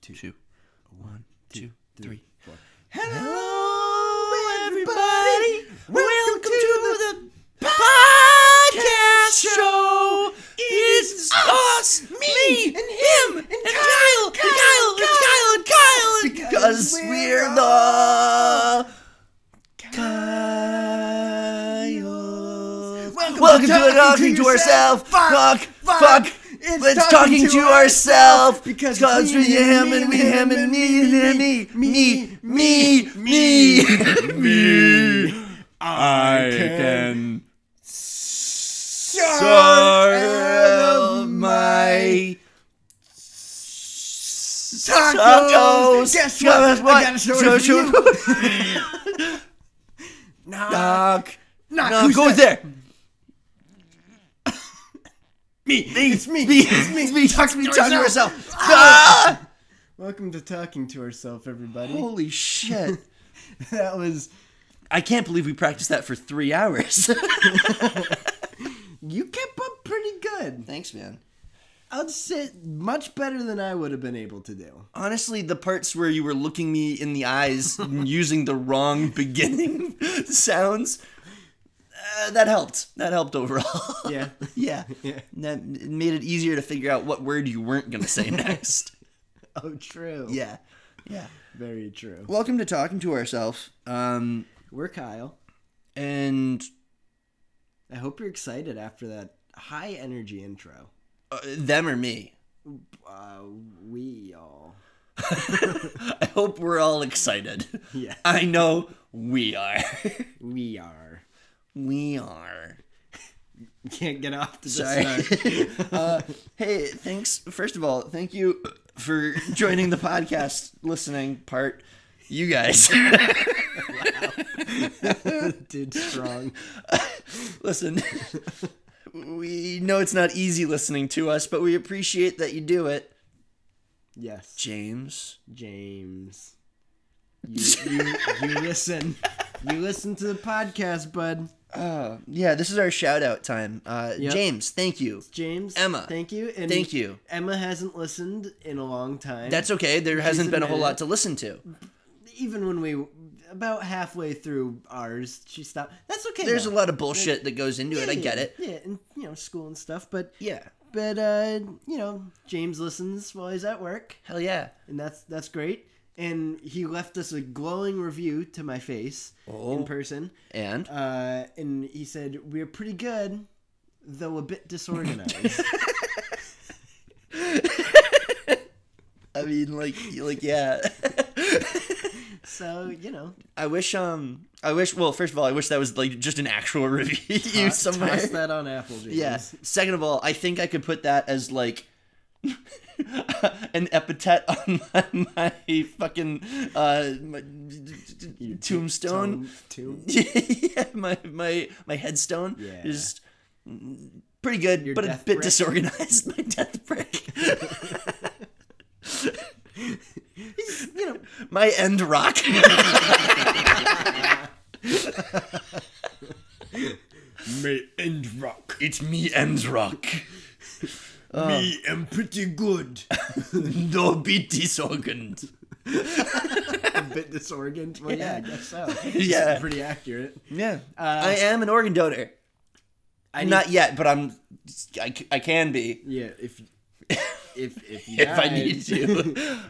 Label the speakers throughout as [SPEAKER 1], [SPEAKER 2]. [SPEAKER 1] two, Mm. two. One, two, three.
[SPEAKER 2] four.
[SPEAKER 1] Hello, everybody. Welcome to the podcast show. It's us, me, and him, and Kyle, and Kyle, and Kyle, and Kyle, and because we're the Kyles.
[SPEAKER 2] Welcome
[SPEAKER 1] Welcome
[SPEAKER 2] to
[SPEAKER 1] to
[SPEAKER 2] Talking
[SPEAKER 1] Talking to
[SPEAKER 2] to
[SPEAKER 1] Ourselves. Fuck,
[SPEAKER 2] Yourself.
[SPEAKER 1] fuck,
[SPEAKER 2] Fuck,
[SPEAKER 1] fuck.
[SPEAKER 2] it's
[SPEAKER 1] It's Talking to Ourselves.
[SPEAKER 2] because
[SPEAKER 1] Because we
[SPEAKER 2] it's me and
[SPEAKER 1] him
[SPEAKER 2] me
[SPEAKER 1] and we
[SPEAKER 2] and
[SPEAKER 1] him
[SPEAKER 2] him
[SPEAKER 1] and
[SPEAKER 2] and
[SPEAKER 1] me and me, me, me, me, me. I can sort of my
[SPEAKER 2] Tacos. Guess what?
[SPEAKER 1] Guess what?
[SPEAKER 2] I got a story for you. Nah,
[SPEAKER 1] Doc.
[SPEAKER 2] nah,
[SPEAKER 1] No,
[SPEAKER 2] Ah, who's
[SPEAKER 1] go
[SPEAKER 2] that?
[SPEAKER 1] there.
[SPEAKER 2] Me. It's me.
[SPEAKER 1] Me.
[SPEAKER 2] It's me.
[SPEAKER 1] It's me. Talk to me. Talk to
[SPEAKER 2] yourself.
[SPEAKER 1] yourself. Ah!
[SPEAKER 2] Welcome to Talking to Ourself, everybody.
[SPEAKER 1] Holy shit.
[SPEAKER 2] That was.
[SPEAKER 1] I can't believe we practiced that for three hours.
[SPEAKER 2] You kept up pretty good.
[SPEAKER 1] Thanks, man.
[SPEAKER 2] I'd say much better than I would have been able to do.
[SPEAKER 1] Honestly, the parts where you were looking me in the eyes and using the wrong beginning sounds, uh, that helped. That helped overall.
[SPEAKER 2] Yeah.
[SPEAKER 1] yeah.
[SPEAKER 2] Yeah.
[SPEAKER 1] That it made it easier to figure out what word you weren't going to say next.
[SPEAKER 2] Oh, true.
[SPEAKER 1] yeah. Yeah.
[SPEAKER 2] Very true.
[SPEAKER 1] Welcome to Talking to Ourselves. Um,
[SPEAKER 2] We're Kyle.
[SPEAKER 1] and
[SPEAKER 2] I hope you're excited after that high energy intro.
[SPEAKER 1] uh, them or me.
[SPEAKER 2] Uh, we all.
[SPEAKER 1] I hope we're all excited.
[SPEAKER 2] Yeah.
[SPEAKER 1] I know we are.
[SPEAKER 2] We are.
[SPEAKER 1] we are.
[SPEAKER 2] Can't get off to the
[SPEAKER 1] Sorry.
[SPEAKER 2] start.
[SPEAKER 1] uh, hey, thanks. First of all, thank you for joining the podcast listening part. You guys,
[SPEAKER 2] Dude, strong.
[SPEAKER 1] listen. We know it's not easy listening to us, but we appreciate that you do it.
[SPEAKER 2] Yes.
[SPEAKER 1] James,
[SPEAKER 2] James. You, you, you listen. You listen to the podcast, bud.
[SPEAKER 1] uh, yeah, this is our shout out time. Uh,
[SPEAKER 2] Yep.
[SPEAKER 1] James, thank you.
[SPEAKER 2] James.
[SPEAKER 1] Emma.
[SPEAKER 2] Thank you. And
[SPEAKER 1] Thank you.
[SPEAKER 2] Emma hasn't listened in a long time.
[SPEAKER 1] That's okay. There hasn't been a whole
[SPEAKER 2] admitted
[SPEAKER 1] lot
[SPEAKER 2] it.
[SPEAKER 1] to listen to.
[SPEAKER 2] even when we about halfway through ours, she stopped. That's okay.
[SPEAKER 1] There's a
[SPEAKER 2] though.
[SPEAKER 1] lot of bullshit that goes into it. I
[SPEAKER 2] Yeah,
[SPEAKER 1] get it.
[SPEAKER 2] Yeah, and you know, school and stuff, but
[SPEAKER 1] Yeah.
[SPEAKER 2] but uh, you know, James listens while he's at work,
[SPEAKER 1] Hell yeah.
[SPEAKER 2] and that's that's great. And he left us a glowing review to my face
[SPEAKER 1] Oh.
[SPEAKER 2] in person.
[SPEAKER 1] And
[SPEAKER 2] Uh, and he said, "We're pretty good, though a bit disorganized."
[SPEAKER 1] I mean, like, like, yeah.
[SPEAKER 2] so you know,
[SPEAKER 1] I wish um I wish well first of all I wish that was like just an actual review
[SPEAKER 2] toss-
[SPEAKER 1] somewhere.
[SPEAKER 2] toss that on Apple, James.
[SPEAKER 1] yeah. Second of all, I think I could put that as like an epithet on my, my fucking uh my tombstone.
[SPEAKER 2] Tomb.
[SPEAKER 1] yeah, my my my headstone
[SPEAKER 2] Yeah.
[SPEAKER 1] is pretty good,
[SPEAKER 2] Your
[SPEAKER 1] but a
[SPEAKER 2] death
[SPEAKER 1] bit
[SPEAKER 2] brick.
[SPEAKER 1] disorganized. My death brick,
[SPEAKER 2] You know,
[SPEAKER 1] my end rock.
[SPEAKER 2] may end rock. Uh.
[SPEAKER 1] it's me end rock.
[SPEAKER 2] Me am pretty good.
[SPEAKER 1] No, be disorganized.
[SPEAKER 2] a bit disorganized. Well, yeah, I guess so.
[SPEAKER 1] Yeah.
[SPEAKER 2] pretty accurate.
[SPEAKER 1] Yeah,
[SPEAKER 2] uh,
[SPEAKER 1] I am an organ donor.
[SPEAKER 2] I
[SPEAKER 1] Not yet, but I'm. I, c- I can be
[SPEAKER 2] Yeah, if if if you
[SPEAKER 1] if I
[SPEAKER 2] died,
[SPEAKER 1] need to.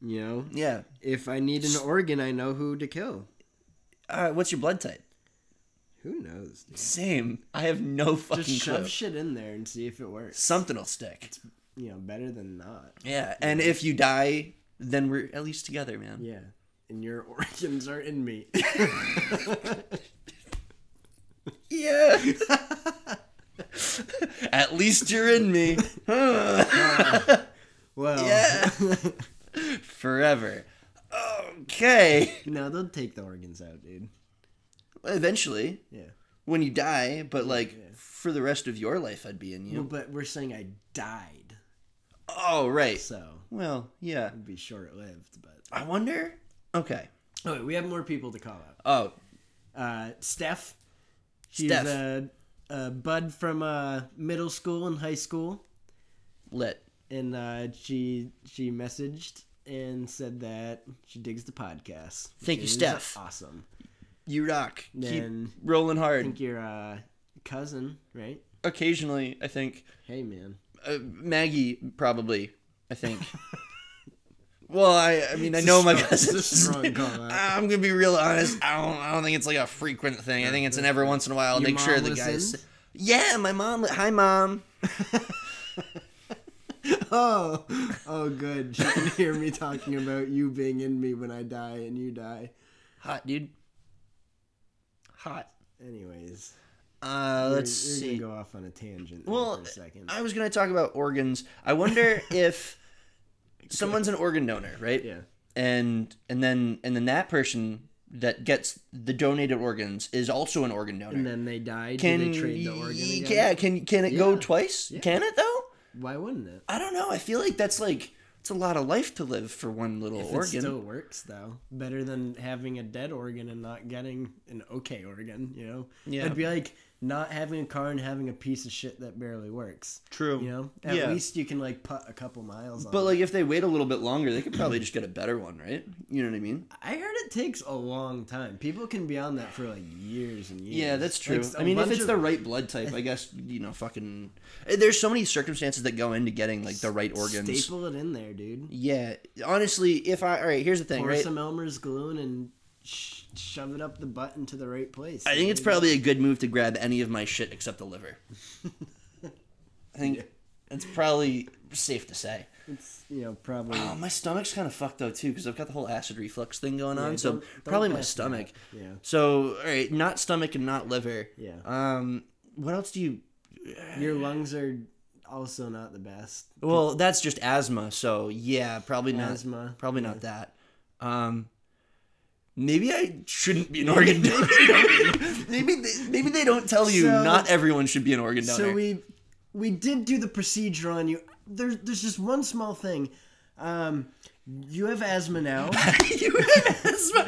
[SPEAKER 2] you know,
[SPEAKER 1] yeah.
[SPEAKER 2] if I need an organ, I know who to kill.
[SPEAKER 1] Uh, what's your blood type?
[SPEAKER 2] Who knows? Dude?
[SPEAKER 1] Same. I have no fucking
[SPEAKER 2] Just shove
[SPEAKER 1] clue.
[SPEAKER 2] shit in there and see if it works.
[SPEAKER 1] Something'll stick.
[SPEAKER 2] You know, better than not.
[SPEAKER 1] Yeah, and if you die, then we're at least together, man.
[SPEAKER 2] Yeah, and your organs are in me.
[SPEAKER 1] Yeah. At least you're in me.
[SPEAKER 2] Well,
[SPEAKER 1] Yeah. Forever. Okay.
[SPEAKER 2] no, they'll take the organs out, dude.
[SPEAKER 1] Eventually,
[SPEAKER 2] Yeah.
[SPEAKER 1] when you die, but like for the rest of your life, I'd be in
[SPEAKER 2] Well,
[SPEAKER 1] you.
[SPEAKER 2] but we're saying I died,
[SPEAKER 1] Oh, right.
[SPEAKER 2] so
[SPEAKER 1] Well, yeah.
[SPEAKER 2] it'd be short lived. But
[SPEAKER 1] I wonder. Okay.
[SPEAKER 2] oh, wait, we have more people to call out.
[SPEAKER 1] Oh,
[SPEAKER 2] uh, Steph. She's
[SPEAKER 1] Steph.
[SPEAKER 2] A, a bud from uh, middle school and high school,
[SPEAKER 1] lit.
[SPEAKER 2] and uh, she she messaged and said that she digs the podcast.
[SPEAKER 1] Thank you,
[SPEAKER 2] It is
[SPEAKER 1] Steph.
[SPEAKER 2] Awesome.
[SPEAKER 1] You rock.
[SPEAKER 2] Then-
[SPEAKER 1] Keep rolling
[SPEAKER 2] I
[SPEAKER 1] hard.
[SPEAKER 2] think your uh, cousin, right?
[SPEAKER 1] Occasionally, I think
[SPEAKER 2] Hey, man.
[SPEAKER 1] uh, Maggie probably. I think. well, I I mean I know my
[SPEAKER 2] It's a strong-
[SPEAKER 1] cousins.
[SPEAKER 2] it's a strong call out.
[SPEAKER 1] I'm gonna be real honest. I don't I don't think it's like a frequent thing. I think it's an every once in a while.
[SPEAKER 2] Your
[SPEAKER 1] make sure
[SPEAKER 2] mom
[SPEAKER 1] the guys.
[SPEAKER 2] listens?
[SPEAKER 1] Yeah, my mom. li- Hi, mom.
[SPEAKER 2] Oh, oh, good. She can hear me talking about you being in me when I die and you die.
[SPEAKER 1] Hot dude. Hot.
[SPEAKER 2] Anyways,
[SPEAKER 1] Uh, let's
[SPEAKER 2] you're,
[SPEAKER 1] see.
[SPEAKER 2] You're gonna go off on a tangent there
[SPEAKER 1] Well,
[SPEAKER 2] for a second.
[SPEAKER 1] I was gonna talk about organs. I wonder if someone's an organ donor, right?
[SPEAKER 2] yeah.
[SPEAKER 1] And and then and then that person that gets the donated organs is also an organ donor.
[SPEAKER 2] And then they die.
[SPEAKER 1] can
[SPEAKER 2] Do they trade the organ again?
[SPEAKER 1] yeah? Can can it go
[SPEAKER 2] Yeah.
[SPEAKER 1] twice? Can it though?
[SPEAKER 2] Why wouldn't it?
[SPEAKER 1] I don't know. I feel like that's like it's a lot of life to live for one little
[SPEAKER 2] If
[SPEAKER 1] organ.
[SPEAKER 2] It still works though. Better than having a dead organ and not getting an okay organ. You know.
[SPEAKER 1] Yeah.
[SPEAKER 2] It'd be like not having a car and having a piece of shit that barely works.
[SPEAKER 1] True.
[SPEAKER 2] You know. At
[SPEAKER 1] Yeah.
[SPEAKER 2] least you can like put a couple miles on.
[SPEAKER 1] But
[SPEAKER 2] it.
[SPEAKER 1] like if they wait a little bit longer, they could probably just get a better one, right? You know what I mean?
[SPEAKER 2] I heard it takes a long time. People can be on that for like years and years.
[SPEAKER 1] Yeah, that's true.
[SPEAKER 2] Like, a
[SPEAKER 1] I mean, if
[SPEAKER 2] bunch
[SPEAKER 1] it's
[SPEAKER 2] of-
[SPEAKER 1] the right blood type, I guess you know, fucking. eh, There's so many circumstances that go into getting like the right organs.
[SPEAKER 2] staple it in there, dude.
[SPEAKER 1] Yeah, honestly, if I all right, here's the thing,
[SPEAKER 2] Pour
[SPEAKER 1] right?
[SPEAKER 2] some Elmer's glue and sh- shove it up the butt into the right place.
[SPEAKER 1] I think it's probably a good move to grab any of my shit except the liver. I think it's probably safe to say.
[SPEAKER 2] it's you know probably.
[SPEAKER 1] Oh, my stomach's kind of fucked though too because I've got the whole acid reflux thing going on.
[SPEAKER 2] Yeah,
[SPEAKER 1] so
[SPEAKER 2] don't- don't
[SPEAKER 1] probably my
[SPEAKER 2] pass
[SPEAKER 1] stomach.
[SPEAKER 2] that. Yeah.
[SPEAKER 1] So all right, not stomach and not liver.
[SPEAKER 2] Yeah.
[SPEAKER 1] Um, what else do you?
[SPEAKER 2] Your lungs are also not the best.
[SPEAKER 1] Well, that's just asthma. So yeah, probably not.
[SPEAKER 2] Asthma,
[SPEAKER 1] Probably not that. Um, maybe I shouldn't be an organ donor. maybe they, maybe they don't tell you
[SPEAKER 2] So-
[SPEAKER 1] not everyone should be an organ donor.
[SPEAKER 2] So we we did do the procedure on you. There's there's just one small thing. Um, you have asthma now.
[SPEAKER 1] you have asthma.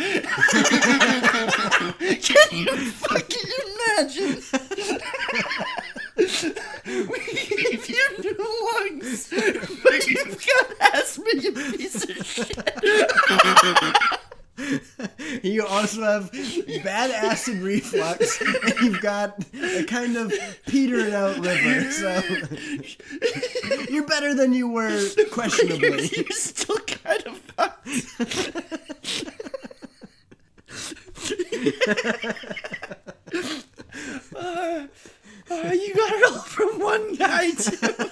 [SPEAKER 1] Can you fucking imagine? we gave you new lungs, but you've got asthma, you piece of shit.
[SPEAKER 2] you also have bad acid reflux. and you've got a kind of petered out liver. So you're better than you were,
[SPEAKER 1] You're,
[SPEAKER 2] questionably.
[SPEAKER 1] you're still kind of fucked. Uh, uh, you got it all from one guy too.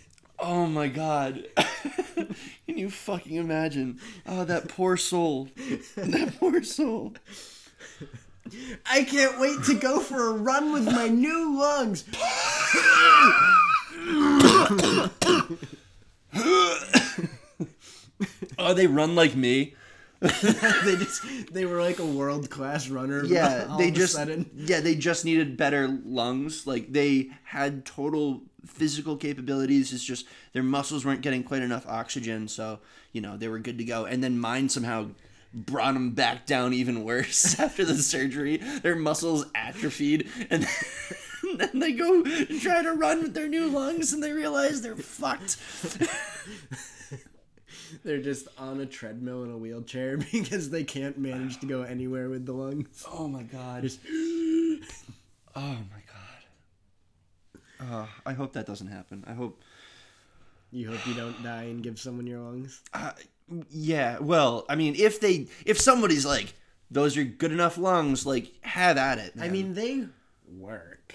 [SPEAKER 1] oh my god. Can you fucking imagine? Oh, that poor soul. That poor soul.
[SPEAKER 2] I can't wait to go for a run with my new lungs.
[SPEAKER 1] Oh, they run like me.
[SPEAKER 2] they just they were like a world class runner.
[SPEAKER 1] Yeah,
[SPEAKER 2] all
[SPEAKER 1] they
[SPEAKER 2] of a
[SPEAKER 1] just
[SPEAKER 2] sudden.
[SPEAKER 1] yeah they just needed better lungs. Like they had total physical capabilities. It's just their muscles weren't getting quite enough oxygen, so you know they were good to go. And then mine somehow brought them back down even worse after the surgery. Their muscles atrophied, and then, then they go and try to run with their new lungs, and they realize they're fucked.
[SPEAKER 2] They're just on a treadmill in a wheelchair because they can't manage to go anywhere with the lungs.
[SPEAKER 1] Oh my god. Oh my god. Uh, I hope that doesn't happen. I hope.
[SPEAKER 2] You hope you don't die and give someone your lungs.
[SPEAKER 1] Uh, yeah, well, I mean, if they, if somebody's like, those are good enough lungs, like, have at it.
[SPEAKER 2] I
[SPEAKER 1] man."
[SPEAKER 2] mean, they work.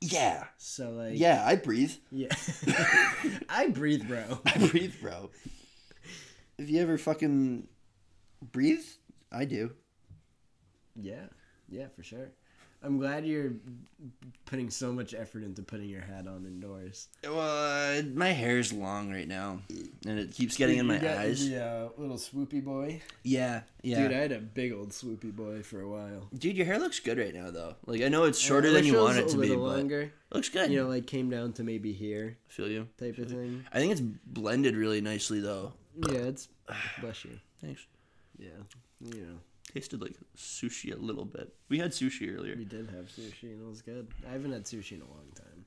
[SPEAKER 1] yeah,
[SPEAKER 2] So like,
[SPEAKER 1] yeah, I breathe,
[SPEAKER 2] yeah. I breathe, bro.
[SPEAKER 1] I breathe, bro. If you ever fucking breathe, I do.
[SPEAKER 2] Yeah, yeah, for sure. I'm glad you're putting so much effort into putting your hat on indoors.
[SPEAKER 1] Well, uh, my hair's long right now, and it keeps getting in my eyes.
[SPEAKER 2] Yeah, uh, little swoopy boy.
[SPEAKER 1] Yeah, yeah,
[SPEAKER 2] Dude, I
[SPEAKER 1] dude,
[SPEAKER 2] had a big old swoopy boy for a while.
[SPEAKER 1] your hair looks good right now, though. Like, I know it's shorter than
[SPEAKER 2] I
[SPEAKER 1] you
[SPEAKER 2] wish
[SPEAKER 1] want
[SPEAKER 2] was
[SPEAKER 1] Uh, it to
[SPEAKER 2] a
[SPEAKER 1] be,
[SPEAKER 2] little
[SPEAKER 1] but
[SPEAKER 2] longer.
[SPEAKER 1] looks good.
[SPEAKER 2] You know, like came down to maybe here
[SPEAKER 1] feel you.
[SPEAKER 2] type of thing.
[SPEAKER 1] I think it's blended really nicely, though.
[SPEAKER 2] Yeah, it's bless you.
[SPEAKER 1] Thanks.
[SPEAKER 2] Yeah, you know,
[SPEAKER 1] tasted like sushi a little bit. We had sushi earlier.
[SPEAKER 2] we did have sushi and it was good. I haven't had sushi in a long time.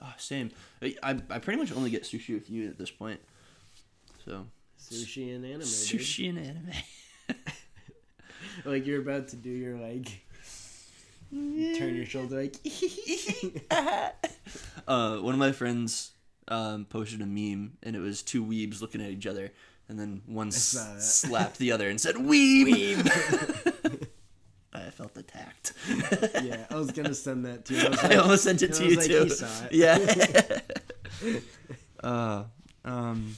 [SPEAKER 1] Oh, same. I, I I pretty much only get sushi with you at this point. So
[SPEAKER 2] Sushi and anime. dude.
[SPEAKER 1] sushi and anime.
[SPEAKER 2] Like you're about to do your like turn your shoulder like
[SPEAKER 1] uh, one of my friends um, posted a meme, and it was two weebs looking at each other, and then one s-
[SPEAKER 2] saw that.
[SPEAKER 1] slapped the other and said "weeb." I felt attacked.
[SPEAKER 2] Yeah, I was gonna send that to you. I was
[SPEAKER 1] I
[SPEAKER 2] like,
[SPEAKER 1] almost sent it
[SPEAKER 2] I
[SPEAKER 1] to
[SPEAKER 2] was
[SPEAKER 1] you
[SPEAKER 2] like,
[SPEAKER 1] too.
[SPEAKER 2] he saw it.
[SPEAKER 1] Yeah. uh, um.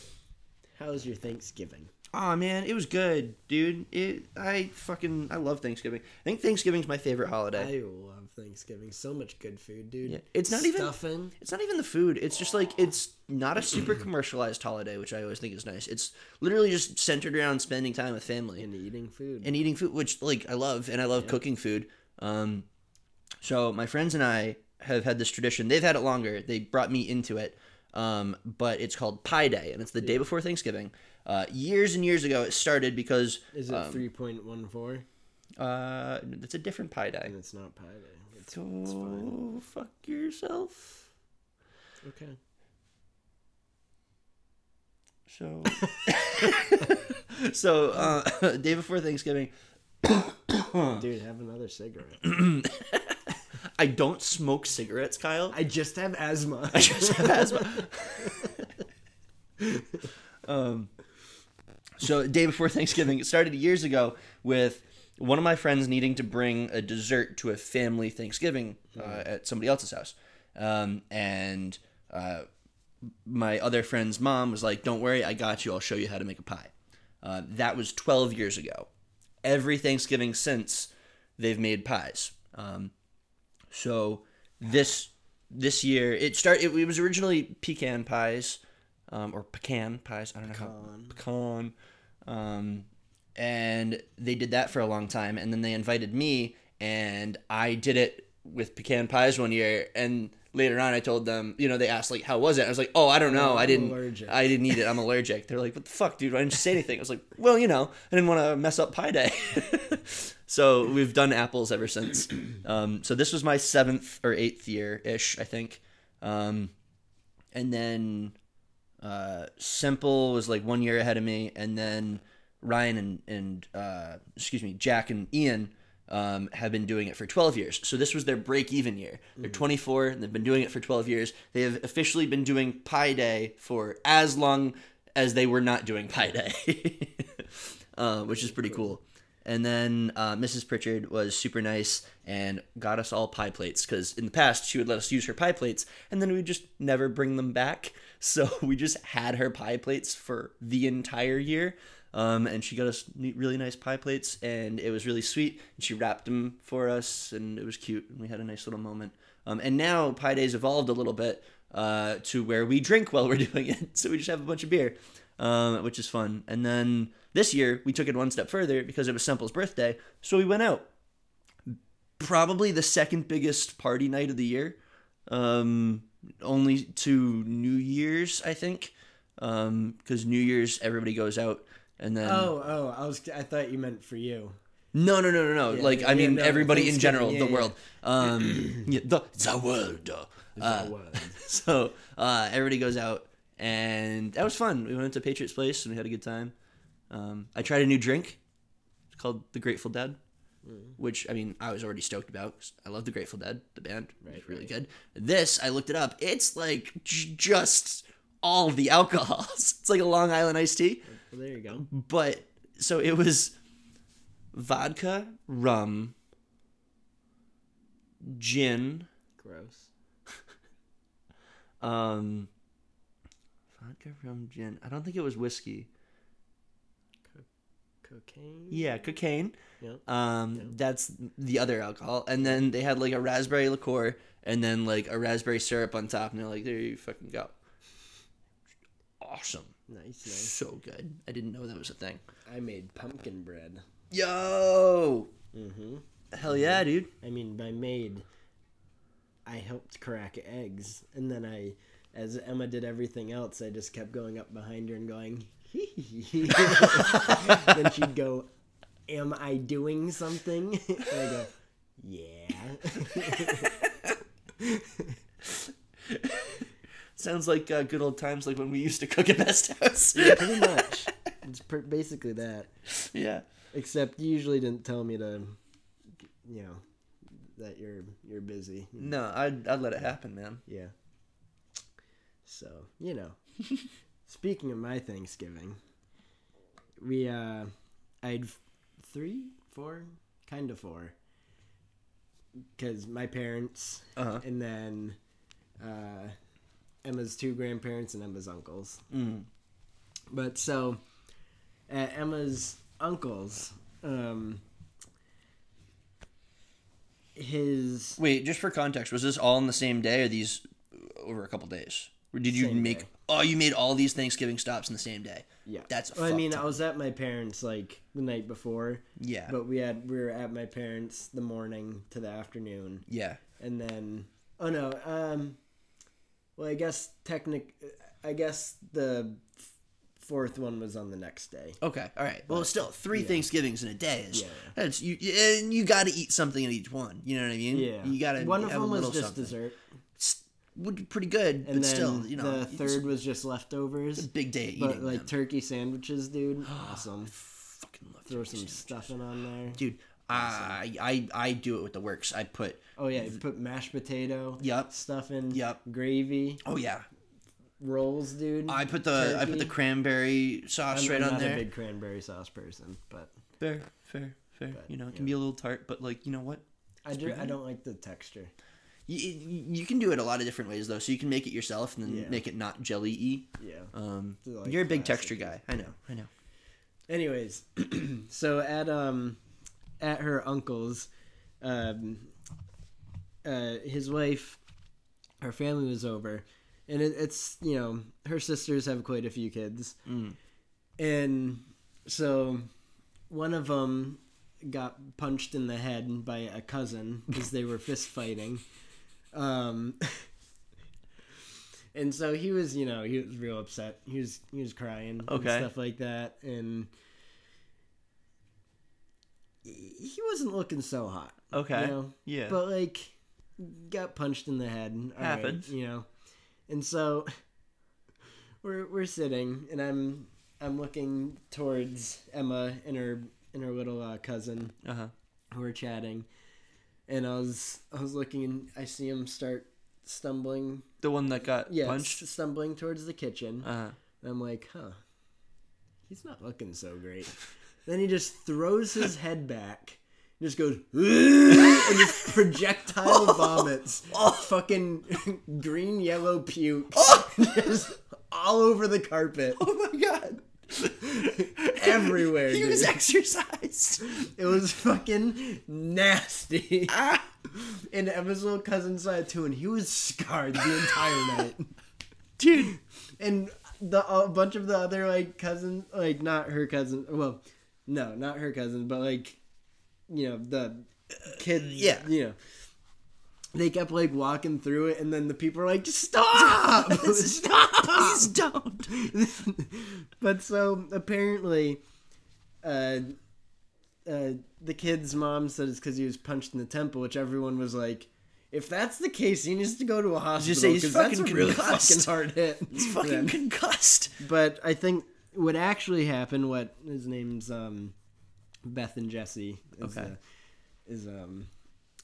[SPEAKER 2] How was your Thanksgiving?
[SPEAKER 1] Oh man, it was good, dude. It I fucking I love Thanksgiving. I think Thanksgiving's my favorite holiday.
[SPEAKER 2] I love Thanksgiving. So much good food, dude.
[SPEAKER 1] Yeah, it's not even-
[SPEAKER 2] stuffing.
[SPEAKER 1] It's not even the food. It's just like it's not a super commercialized holiday, which I always think is nice. It's literally just centered around spending time with family
[SPEAKER 2] and eating food.
[SPEAKER 1] and eating food, which like I love, and I love cooking food. Um, so my friends and I have had this tradition. They've had it longer. They brought me into it. Um, but it's called Pie Day, and it's the day before Thanksgiving. Uh, years and years ago, it started because
[SPEAKER 2] Is it three point one four?
[SPEAKER 1] uh, it's a different Pie Day.
[SPEAKER 2] And it's not pie day. It's, it's fine.
[SPEAKER 1] So fuck yourself.
[SPEAKER 2] Okay.
[SPEAKER 1] So, so uh, day before Thanksgiving,
[SPEAKER 2] Dude, have another cigarette.
[SPEAKER 1] I don't smoke cigarettes, Kyle.
[SPEAKER 2] I just have asthma.
[SPEAKER 1] I just have asthma. um, so day before Thanksgiving, it started years ago with one of my friends needing to bring a dessert to a family Thanksgiving uh, at somebody else's house, um, and uh, my other friend's mom was like, "Don't worry, I got you. I'll show you how to make a pie." Uh, that was 12 years ago. Every Thanksgiving since, they've made pies. Um, so this this year it start it, was originally pecan pies um, or pecan pies. I don't know how pecan. Um, and they did that for a long time, and then they invited me, and I did it with pecan pies one year, and later on I told them, you know, they asked like, how was it? I was like, oh, I don't know, I didn't,
[SPEAKER 2] allergic."
[SPEAKER 1] I didn't eat it, I'm allergic. They're like, what the fuck, dude? Why didn't you say anything? I was like, well, you know, I didn't want to mess up Pie Day. so we've done apples ever since. Um, so this was my seventh or eighth year ish, I think. Um, and then uh, Simple was like one year ahead of me, and then Ryan and and uh, excuse me, Jack and Ian um, have been doing it for twelve years. So this was their break even year. They're twenty four, and they've been doing it for twelve years. They have officially been doing Pi Day for as long as they were not doing Pi Day, uh, which is pretty cool. And then uh, Mrs. Pritchard was super nice and got us all pie plates because in the past she would let us use her pie plates and then we would just never bring them back. So we just had her pie plates for the entire year. Um, and she got us ne- really nice pie plates and it was really sweet. And she wrapped them for us and it was cute and we had a nice little moment. Um, and now Pie Day's evolved a little bit uh, to where we drink while we're doing it. So we just have a bunch of beer um, which is fun. And then this year we took it one step further because it was Semple's birthday, so we went out. Probably the second biggest party night of the year, um, only to New Year's, I think, because New Year's everybody goes out, and then
[SPEAKER 2] Oh, oh, I was I thought you meant for you.
[SPEAKER 1] no, no, no, no, no. like
[SPEAKER 2] yeah,
[SPEAKER 1] I
[SPEAKER 2] yeah,
[SPEAKER 1] mean,
[SPEAKER 2] no,
[SPEAKER 1] everybody in general, the
[SPEAKER 2] Thanksgiving, yeah,
[SPEAKER 1] world, um, yeah, the the world. uh,
[SPEAKER 2] Oh, wow.
[SPEAKER 1] so uh, everybody goes out, and that was fun. We went to Patriots Place and we had a good time. Um, I tried a new drink. It's called the Grateful Dead,
[SPEAKER 2] Mm.
[SPEAKER 1] which I mean I was already stoked about. 'cause I love the Grateful Dead, the band. it's really good. This I looked it up. It's like j- just all the alcohols. It's like a Long Island iced tea,
[SPEAKER 2] well, there you go.
[SPEAKER 1] but so it was vodka, rum, gin.
[SPEAKER 2] Gross.
[SPEAKER 1] Um, vodka, rum, gin. I don't think it was whiskey.
[SPEAKER 2] Cocaine.
[SPEAKER 1] Yeah, cocaine.
[SPEAKER 2] Yeah.
[SPEAKER 1] Um, that's the other alcohol. And then they had like a raspberry liqueur, and then like a raspberry syrup on top. And they're like, "There you fucking go." Awesome,
[SPEAKER 2] Nice, nice.
[SPEAKER 1] so good. I didn't know that was a thing.
[SPEAKER 2] I made pumpkin bread.
[SPEAKER 1] Yo,
[SPEAKER 2] Mm-hmm.
[SPEAKER 1] hell yeah, dude.
[SPEAKER 2] I mean, by made, I helped crack eggs, and then I, as Emma did everything else, I just kept going up behind her and going. "Hee, hee, hee." then she'd go, "Am I doing something?" and I go, "Yeah."
[SPEAKER 1] Sounds like uh, good old times, like when we used to cook at Best House.
[SPEAKER 2] Pretty much. It's pr- basically that.
[SPEAKER 1] yeah.
[SPEAKER 2] Except you usually didn't tell me to, you know, that you're you're busy.
[SPEAKER 1] No, I'd, I'd let it happen, man.
[SPEAKER 2] Yeah. So you know, speaking of my Thanksgiving, we uh, I had f- three, four, kind of four, because my parents
[SPEAKER 1] Uh-huh.
[SPEAKER 2] and then uh, Emma's two grandparents and Emma's uncles.
[SPEAKER 1] Mm.
[SPEAKER 2] But so at Emma's uncle's, um, his
[SPEAKER 1] Wait, just for context, was this all on the same day or these uh, over a couple days? Or did you
[SPEAKER 2] Same
[SPEAKER 1] make?
[SPEAKER 2] day.
[SPEAKER 1] Oh, you made all these Thanksgiving stops in the same day.
[SPEAKER 2] yeah,
[SPEAKER 1] That's a
[SPEAKER 2] Well, I
[SPEAKER 1] fuck
[SPEAKER 2] mean,
[SPEAKER 1] ton.
[SPEAKER 2] I was at my parents like the night before,
[SPEAKER 1] Yeah.
[SPEAKER 2] but we had we were at my parents the morning to the afternoon,
[SPEAKER 1] yeah.
[SPEAKER 2] and then oh no, um, well I guess technic, I guess the f- fourth one was on the next day.
[SPEAKER 1] Okay. All right. Well, still three Thanksgivings in a day is
[SPEAKER 2] Yeah.
[SPEAKER 1] that's you and you got to eat something in each one. You know what I mean?
[SPEAKER 2] Yeah,
[SPEAKER 1] You got to
[SPEAKER 2] One of
[SPEAKER 1] have
[SPEAKER 2] them
[SPEAKER 1] a
[SPEAKER 2] was
[SPEAKER 1] little
[SPEAKER 2] just
[SPEAKER 1] something.
[SPEAKER 2] dessert,
[SPEAKER 1] S- Would pretty good,
[SPEAKER 2] and
[SPEAKER 1] but
[SPEAKER 2] then
[SPEAKER 1] still, you know,
[SPEAKER 2] the
[SPEAKER 1] it's
[SPEAKER 2] third was just leftovers.
[SPEAKER 1] a big day of
[SPEAKER 2] But
[SPEAKER 1] eating.
[SPEAKER 2] like
[SPEAKER 1] man.
[SPEAKER 2] turkey sandwiches, dude, awesome.
[SPEAKER 1] fucking love
[SPEAKER 2] Throw
[SPEAKER 1] turkey
[SPEAKER 2] some
[SPEAKER 1] sandwich.
[SPEAKER 2] stuffing on there.
[SPEAKER 1] dude. I, I I do it with the works. I put
[SPEAKER 2] Oh yeah, you put mashed potato.
[SPEAKER 1] Yup.
[SPEAKER 2] Stuffing.
[SPEAKER 1] Yup.
[SPEAKER 2] Gravy
[SPEAKER 1] oh yeah
[SPEAKER 2] rolls, dude.
[SPEAKER 1] I put the I put the
[SPEAKER 2] Turkey.
[SPEAKER 1] cranberry
[SPEAKER 2] I'm,
[SPEAKER 1] sauce
[SPEAKER 2] I'm
[SPEAKER 1] right on
[SPEAKER 2] not
[SPEAKER 1] there.
[SPEAKER 2] a big cranberry sauce person, but
[SPEAKER 1] fair, fair, fair. you know, it can be a little tart, but like you know what,
[SPEAKER 2] I do. I don't like the texture.
[SPEAKER 1] you, you can do it a lot of different ways though. So you can make it yourself and then
[SPEAKER 2] Yeah.
[SPEAKER 1] make it not jelly y.
[SPEAKER 2] Yeah.
[SPEAKER 1] Um,
[SPEAKER 2] They're like
[SPEAKER 1] you're a big
[SPEAKER 2] classic.
[SPEAKER 1] texture guy. I know. I know.
[SPEAKER 2] Anyways, so at um at her uncle's, um, uh, his wife, her family was over, and it, it's you know her sisters have quite a few kids, and so one of them got punched in the head by a cousin because they were fist fighting. Um, and so he was, you know, he was real upset. He was he was crying
[SPEAKER 1] Okay.
[SPEAKER 2] and stuff like that, and he wasn't looking so hot.
[SPEAKER 1] Okay.
[SPEAKER 2] you know?
[SPEAKER 1] Yeah.
[SPEAKER 2] but like got punched in the head. and all right,
[SPEAKER 1] Happens.
[SPEAKER 2] you know, and so we're we're sitting, and I'm I'm looking towards Emma and her and her little uh, cousin
[SPEAKER 1] Uh huh.
[SPEAKER 2] who are chatting, and I was I was looking, and I see him start stumbling,
[SPEAKER 1] The one that got
[SPEAKER 2] yeah,
[SPEAKER 1] punched.
[SPEAKER 2] s- stumbling towards the kitchen.
[SPEAKER 1] Uh huh.
[SPEAKER 2] And I'm like, huh, he's not looking so great. then he just throws his head back, and just goes, and just projectile vomits, fucking green yellow puke, just all over the carpet,
[SPEAKER 1] Oh my god.
[SPEAKER 2] everywhere.
[SPEAKER 1] he was
[SPEAKER 2] dude.
[SPEAKER 1] exercised.
[SPEAKER 2] It was fucking nasty.
[SPEAKER 1] Ah.
[SPEAKER 2] and Emma's little cousin saw it too, and he was scarred the entire night.
[SPEAKER 1] Dude.
[SPEAKER 2] and the a bunch of the other like cousins, like not her cousin. Well, no, not her cousin, but like you know the kids.
[SPEAKER 1] yeah.
[SPEAKER 2] you know. They kept like walking through it, and then the people were like, "Stop! Stop!"
[SPEAKER 1] Please don't.
[SPEAKER 2] but so apparently, uh, uh, the kid's mom said it's because he was punched in the temple, which everyone was like, "If that's the case, he needs to go to a hospital."
[SPEAKER 1] say he's
[SPEAKER 2] 'cause that's
[SPEAKER 1] fucking
[SPEAKER 2] a really
[SPEAKER 1] concussed.
[SPEAKER 2] fucking hard hit.
[SPEAKER 1] He's fucking
[SPEAKER 2] Yeah.
[SPEAKER 1] concussed.
[SPEAKER 2] But I think what actually happened, what his name's um, Beth and Jesse. Is,
[SPEAKER 1] Okay.
[SPEAKER 2] the- is um,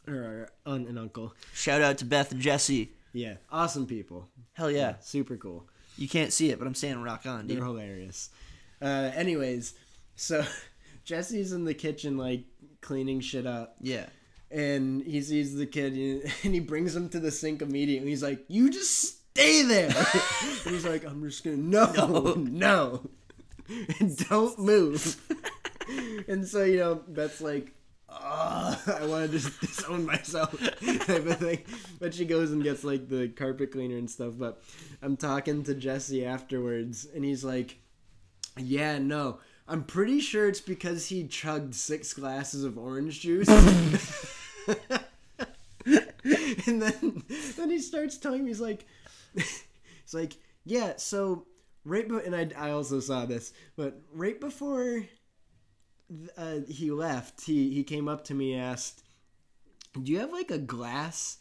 [SPEAKER 2] her aunt and uncle.
[SPEAKER 1] Shout out to Beth and Jesse.
[SPEAKER 2] Yeah, awesome people.
[SPEAKER 1] Hell yeah.
[SPEAKER 2] super cool.
[SPEAKER 1] You can't see it, but I'm saying rock on, dude.
[SPEAKER 2] They're hilarious. Uh, anyways, so Jesse's in the kitchen, like cleaning shit up,
[SPEAKER 1] Yeah.
[SPEAKER 2] and he sees the kid, and he brings him to the sink immediately. He's like, "You just stay there." and he's like, "I'm just gonna no, no, and don't move." and so you know, Beth's like. Oh, I want to just disown myself type of thing. But she goes and gets like the carpet cleaner and stuff. But I'm talking to Jesse afterwards, and he's like, yeah, no. I'm pretty sure it's because he chugged six glasses of orange juice. and then then he starts telling me he's like he's like, "Yeah, so right but and I I also saw this, but right before uh, he left, he he came up to me asked, "Do you have like a glass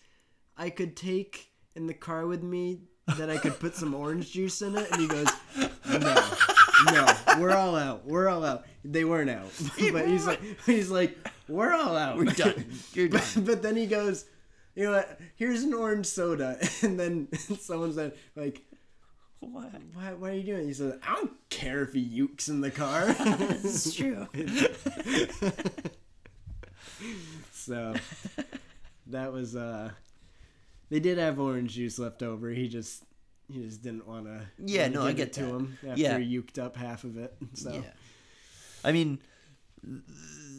[SPEAKER 2] I could take in the car with me that I could put some orange juice in it? And he goes, No, no, we're all out. We're all out. They weren't out, but he's like, he's like, we're all out.
[SPEAKER 1] We're done. You're done.
[SPEAKER 2] but, but then he goes, you know what? Here's an orange soda, and then someone said, like,
[SPEAKER 1] What?
[SPEAKER 2] why, what are you doing? He says, I don't care if he ukes in the car.
[SPEAKER 1] It's true.
[SPEAKER 2] so that was uh, they did have orange juice left over. He just he just didn't want to.
[SPEAKER 1] Yeah, no, I get
[SPEAKER 2] to
[SPEAKER 1] that.
[SPEAKER 2] him after
[SPEAKER 1] Yeah.
[SPEAKER 2] he uked up half of it. So
[SPEAKER 1] Yeah. I mean, th-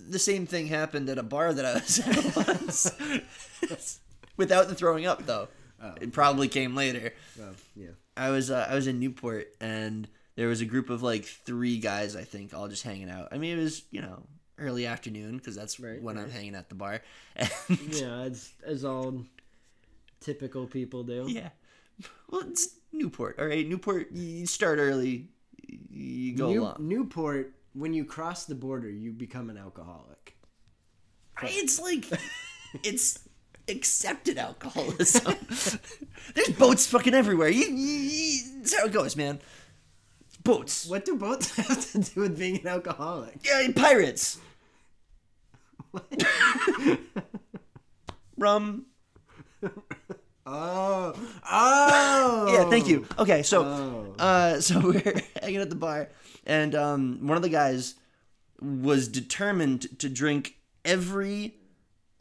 [SPEAKER 1] the same thing happened at a bar that I was at once. Without the throwing up, though.
[SPEAKER 2] Oh.
[SPEAKER 1] It probably came later.
[SPEAKER 2] well, yeah.
[SPEAKER 1] I was uh, I was in Newport and there was a group of like three guys I think all just hanging out. I mean it was you know early afternoon because that's
[SPEAKER 2] Right,
[SPEAKER 1] when I'm
[SPEAKER 2] right.
[SPEAKER 1] hanging at the bar. And
[SPEAKER 2] Yeah, it's as all typical people do.
[SPEAKER 1] yeah, well it's Newport. All right, Newport. You start early, you go
[SPEAKER 2] New-
[SPEAKER 1] along.
[SPEAKER 2] Newport, when you cross the border, you become an alcoholic.
[SPEAKER 1] It's like it's accepted alcoholism. There's boats fucking everywhere. You, you, you- that's how it goes, man. Boats.
[SPEAKER 2] What do boats have to do with being an alcoholic?
[SPEAKER 1] Yeah, pirates. Rum.
[SPEAKER 2] Oh, oh.
[SPEAKER 1] Yeah, thank you. Okay, so
[SPEAKER 2] Oh.
[SPEAKER 1] uh, so we're hanging at the bar, and um, one of the guys was determined to drink every.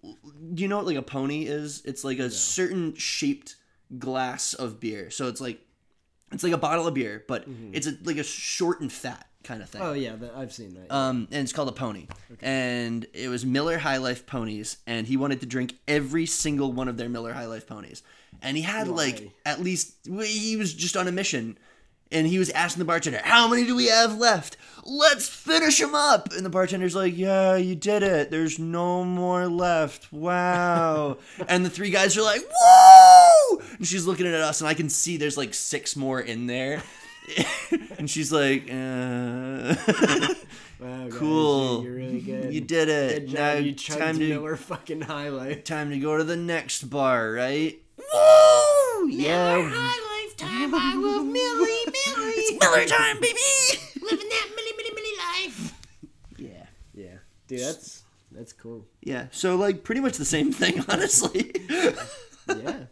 [SPEAKER 1] Do you know what like a pony is? It's like a certain shaped glass of beer. So it's like it's like a bottle of beer, but
[SPEAKER 2] Mm-hmm.
[SPEAKER 1] it's a, like a short and fat kind of thing.
[SPEAKER 2] Oh yeah, that, I've seen that.
[SPEAKER 1] Um, and it's called a pony. And it was Miller High Life ponies, and he wanted to drink every single one of their Miller High Life ponies. And he had like
[SPEAKER 2] Why?
[SPEAKER 1] at least he was just on a mission, and he was asking the bartender, "How many do we have left? Let's finish them up." And the bartender's like, "Yeah, you did it. There's no more left. Wow." and the three guys are like, "Whoa!" And she's looking at us, and I can see there's like six more in there. and she's like, uh...
[SPEAKER 2] Wow, guys,
[SPEAKER 1] cool.
[SPEAKER 2] You're, you're really good.
[SPEAKER 1] You did it.
[SPEAKER 2] Good job.
[SPEAKER 1] Now
[SPEAKER 2] you chugged
[SPEAKER 1] time to
[SPEAKER 2] Miller fucking highlight.
[SPEAKER 1] time to go to the next bar, right? Woo! Yeah.
[SPEAKER 3] High lifetime, I love Millie, Millie.
[SPEAKER 1] It's Miller time, baby.
[SPEAKER 3] Living that Millie, Millie, Millie life.
[SPEAKER 1] yeah.
[SPEAKER 2] Yeah, dude, that's that's cool.
[SPEAKER 1] Yeah. So like pretty much the same thing, honestly.
[SPEAKER 2] Yeah,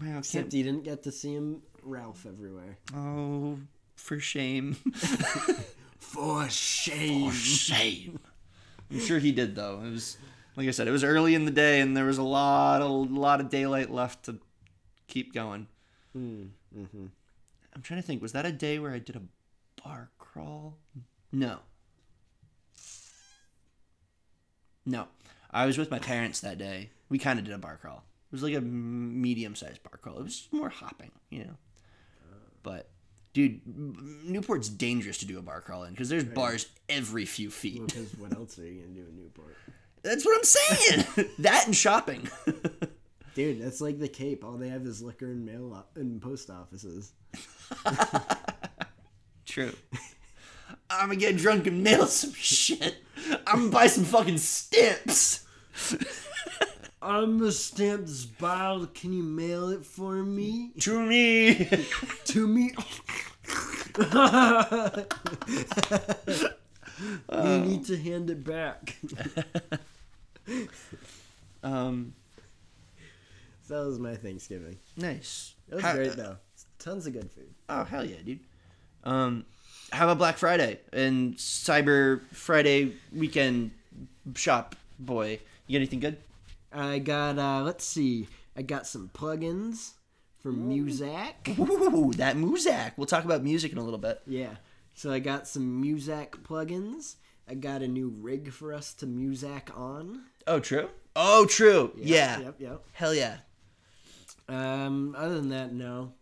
[SPEAKER 1] wow.
[SPEAKER 2] except
[SPEAKER 1] Can't,
[SPEAKER 2] you didn't get to see him Ralph everywhere.
[SPEAKER 1] oh, for shame.
[SPEAKER 2] For shame.
[SPEAKER 1] shame. I'm sure he did though. It was like I said, it was early in the day, and there was a lot, a lot of daylight left to keep going.
[SPEAKER 2] Hmm, mm-hmm.
[SPEAKER 1] I'm trying to think. Was that a day where I did a bar crawl? No. No, I was with my parents that day. We kind of did a bar crawl. It was like a medium-sized bar crawl. It was more hopping, you know. But dude, M- Newport's dangerous to do a bar crawl in because there's bars every few feet.
[SPEAKER 2] Because what else are you gonna do in Newport?
[SPEAKER 1] That's what I'm saying. that and shopping.
[SPEAKER 2] Dude, that's like the Cape. All they have is liquor and mail o- and post offices.
[SPEAKER 1] True. I'm gonna get drunk and mail some shit. I'm gonna buy some fucking stamps.
[SPEAKER 2] I'm gonna stamp this bottle. Can you mail it for me?
[SPEAKER 1] To me.
[SPEAKER 2] to me. we need to hand it back.
[SPEAKER 1] um,
[SPEAKER 2] that was my Thanksgiving.
[SPEAKER 1] nice.
[SPEAKER 2] It was
[SPEAKER 1] How-
[SPEAKER 2] great though. Tons of good food.
[SPEAKER 1] Oh hell yeah, dude. Um, how about Black Friday and Cyber Friday weekend shop boy? You get anything good?
[SPEAKER 2] I got uh let's see. I got some plugins for Muzak.
[SPEAKER 1] Ooh, that Muzak. We'll talk about music in a little bit.
[SPEAKER 2] Yeah. So I got some Muzak plugins. I got a new rig for us to Muzak on.
[SPEAKER 1] Oh, true. Oh, true. Yeah.
[SPEAKER 2] Yep, yep.
[SPEAKER 1] Hell yeah.
[SPEAKER 2] Um other than that, no.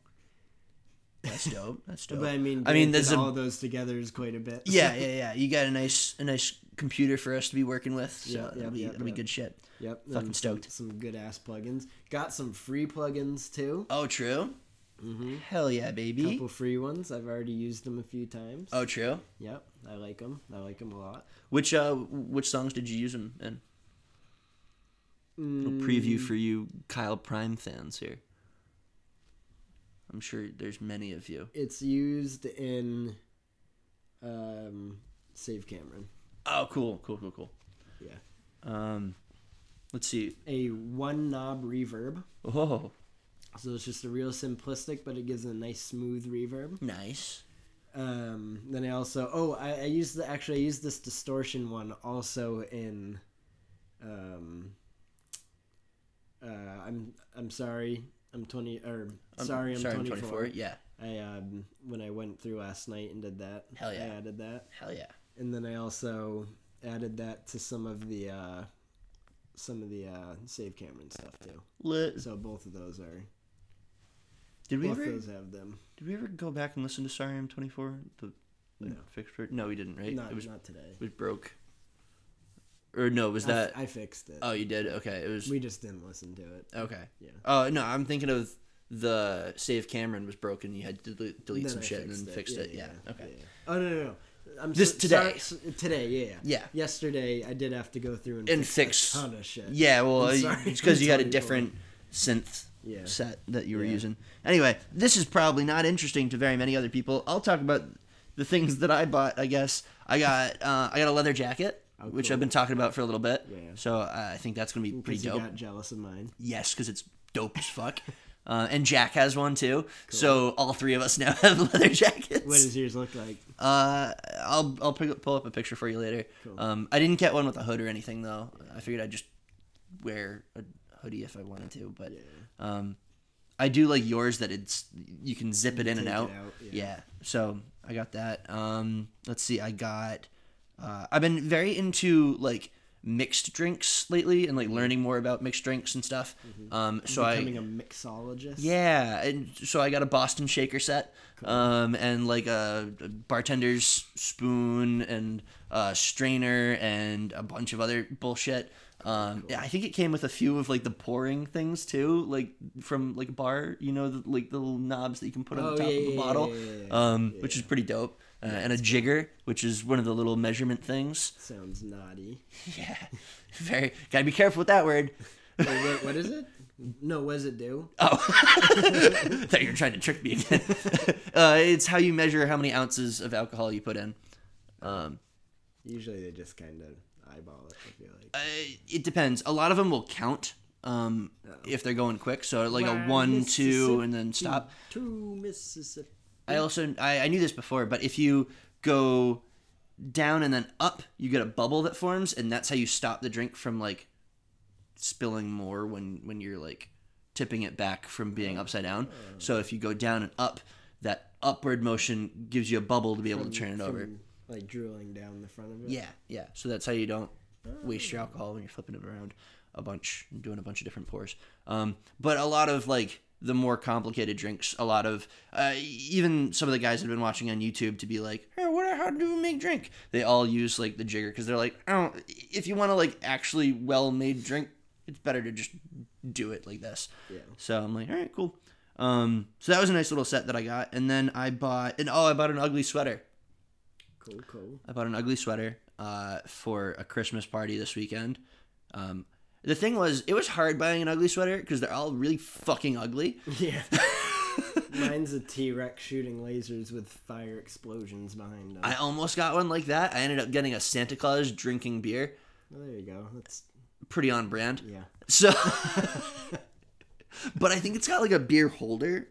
[SPEAKER 1] That's dope. That's dope.
[SPEAKER 2] But I mean,
[SPEAKER 1] I mean,
[SPEAKER 2] granted,
[SPEAKER 1] there's a
[SPEAKER 2] all of those together is quite a bit.
[SPEAKER 1] yeah, yeah, yeah. You got a nice, a nice computer for us to be working with. So
[SPEAKER 2] Yep,
[SPEAKER 1] that'll
[SPEAKER 2] yep,
[SPEAKER 1] be,
[SPEAKER 2] yep,
[SPEAKER 1] that'll be
[SPEAKER 2] yep.
[SPEAKER 1] good shit.
[SPEAKER 2] Yep.
[SPEAKER 1] Fucking
[SPEAKER 2] and
[SPEAKER 1] stoked.
[SPEAKER 2] Some, some good ass plugins. Got some free plugins too.
[SPEAKER 1] Oh, true. Hell yeah,
[SPEAKER 2] A
[SPEAKER 1] baby.
[SPEAKER 2] Mm-hmm. couple free ones. I've already used them a few times.
[SPEAKER 1] Oh, true.
[SPEAKER 2] Yep. I like them. I like them a lot.
[SPEAKER 1] Which uh, which songs did you use them in? Little preview for you, Kyle Prime fans here. I'm sure there's many of you.
[SPEAKER 2] It's used in um, Save Cameron.
[SPEAKER 1] Oh, cool, cool, cool, cool.
[SPEAKER 2] Yeah.
[SPEAKER 1] Um, let's see.
[SPEAKER 2] A one knob reverb.
[SPEAKER 1] Oh,
[SPEAKER 2] So it's just a real simplistic, but it gives a nice smooth reverb.
[SPEAKER 1] nice.
[SPEAKER 2] Um, then I also oh I, I used the actually I used this distortion one also in um uh I'm I'm sorry I'm twenty or
[SPEAKER 1] I'm-
[SPEAKER 2] sorry I'm
[SPEAKER 1] sorry,
[SPEAKER 2] twenty
[SPEAKER 1] I'm
[SPEAKER 2] four
[SPEAKER 1] 24. Yeah,
[SPEAKER 2] I um when I went through last night and did that
[SPEAKER 1] Hell yeah.
[SPEAKER 2] I added that
[SPEAKER 1] hell yeah.
[SPEAKER 2] and then I also added that to some of the uh some of the uh save Cameron stuff too
[SPEAKER 1] Lit.
[SPEAKER 2] so both of those are
[SPEAKER 1] Did we
[SPEAKER 2] both
[SPEAKER 1] ever?
[SPEAKER 2] those have them
[SPEAKER 1] Did we ever go back and listen to Sorry I'm 24? The like,
[SPEAKER 2] No.
[SPEAKER 1] fixed version? No, we didn't, right?
[SPEAKER 2] not
[SPEAKER 1] it was
[SPEAKER 2] not today
[SPEAKER 1] it was broke. Or no, was that?
[SPEAKER 2] I, I fixed it
[SPEAKER 1] oh, you did. Okay, it was.
[SPEAKER 2] we just didn't listen to it
[SPEAKER 1] okay.
[SPEAKER 2] yeah.
[SPEAKER 1] Oh no, I'm thinking of the save Cameron was broken. You had to delete, delete
[SPEAKER 2] Then
[SPEAKER 1] some
[SPEAKER 2] I
[SPEAKER 1] shit and then fixed it. Yeah. Okay.
[SPEAKER 2] Oh no no no. I'm
[SPEAKER 1] Just today.
[SPEAKER 2] sorry- s- today, yeah, yeah.
[SPEAKER 1] Yeah.
[SPEAKER 2] Yesterday I did have to go through and,
[SPEAKER 1] And
[SPEAKER 2] a
[SPEAKER 1] fix-
[SPEAKER 2] ton of shit.
[SPEAKER 1] Yeah, well,
[SPEAKER 2] I'm
[SPEAKER 1] you-
[SPEAKER 2] sorry.
[SPEAKER 1] it's because you had a
[SPEAKER 2] Totally
[SPEAKER 1] different synth
[SPEAKER 2] Yeah.
[SPEAKER 1] set that you were
[SPEAKER 2] Yeah.
[SPEAKER 1] using. Anyway, this is probably not interesting to very many other people. I'll talk about the things that I bought. I guess I got uh, I got a leather jacket, which I've
[SPEAKER 2] Oh, cool.
[SPEAKER 1] been talking about for a little bit.
[SPEAKER 2] Yeah.
[SPEAKER 1] So uh, I think that's gonna be pretty
[SPEAKER 2] Because you
[SPEAKER 1] dope.
[SPEAKER 2] got jealous of mine.
[SPEAKER 1] Yes, because it's dope as fuck. Uh, and Jack has one too. So all three of us now have leather jackets.
[SPEAKER 2] What does yours look like?
[SPEAKER 1] Uh, I'll I'll pick up, pull up a picture for you later.
[SPEAKER 2] Cool.
[SPEAKER 1] Um, I didn't get one with a hood or anything though. I figured I'd just wear a hoodie if I wanted to, but
[SPEAKER 2] Yeah.
[SPEAKER 1] um, I do like yours that it's you can zip it in and
[SPEAKER 2] Take it
[SPEAKER 1] out.
[SPEAKER 2] out, yeah.
[SPEAKER 1] yeah. So I got that. Um, let's see. I got. Uh, I've been very into like mixed drinks lately and like learning more about mixed drinks and stuff. Um, so I
[SPEAKER 2] Mm-hmm. Becoming a mixologist.
[SPEAKER 1] yeah, and so I got a Boston shaker set, um, and like a, a bartender's spoon and a strainer and a bunch of other bullshit. Um, yeah, I think it came with a few of like the pouring things too, like from like a bar, you know, the, like the little knobs that you can put on
[SPEAKER 2] Oh,
[SPEAKER 1] the top
[SPEAKER 2] yeah,
[SPEAKER 1] of the
[SPEAKER 2] yeah,
[SPEAKER 1] bottle,
[SPEAKER 2] yeah, yeah, yeah.
[SPEAKER 1] Um, which is pretty dope. Uh, and a jigger, which is one of the little measurement things.
[SPEAKER 2] Sounds naughty.
[SPEAKER 1] Yeah, very gotta be careful with that word.
[SPEAKER 2] Wait, what, what is it? No, what does it do?
[SPEAKER 1] thought you were trying to trick me again. uh, it's how you measure how many ounces of alcohol you put in. Um,
[SPEAKER 2] Usually they just kind of eyeball it. I feel like.
[SPEAKER 1] uh, it depends. A lot of them will count um, if they're going quick. So like a one, two, and then stop.
[SPEAKER 2] Two Mississippi.
[SPEAKER 1] I also I, I knew this before, but if you go down and then up, you get a bubble that forms, and that's how you stop the drink from like spilling more when when you're like tipping it back from being upside down. So if you go down and up, that upward motion gives you a bubble to be able to turn it over.
[SPEAKER 2] From, Like drooling down the front of it.
[SPEAKER 1] Yeah, yeah. So that's how you don't waste your alcohol when you're flipping it around a bunch and doing a bunch of different pours. Um, but a lot of like the more complicated drinks, a lot of uh, even some of the guys that have been watching on YouTube to be like, hey, what, how do we make drink? They all use like the jigger because they're like, I don't, if you want to like actually well made drink, it's better to just do it like this.
[SPEAKER 2] Yeah.
[SPEAKER 1] So I'm like, all right, cool. Um, so that was a nice little set that I got, and then I bought, and oh, I bought an ugly sweater.
[SPEAKER 2] Cool, cool.
[SPEAKER 1] I bought an ugly sweater uh, for a Christmas party this weekend. Um, the thing was, it was hard buying an ugly sweater because they're all really fucking ugly.
[SPEAKER 2] Yeah. Mine's a T Rex shooting lasers with fire explosions behind him.
[SPEAKER 1] I almost got one like that. I ended up getting a Santa Claus drinking beer.
[SPEAKER 2] Well, Oh, there you go. That's
[SPEAKER 1] Pretty on brand.
[SPEAKER 2] yeah.
[SPEAKER 1] So, but I think it's got like a beer holder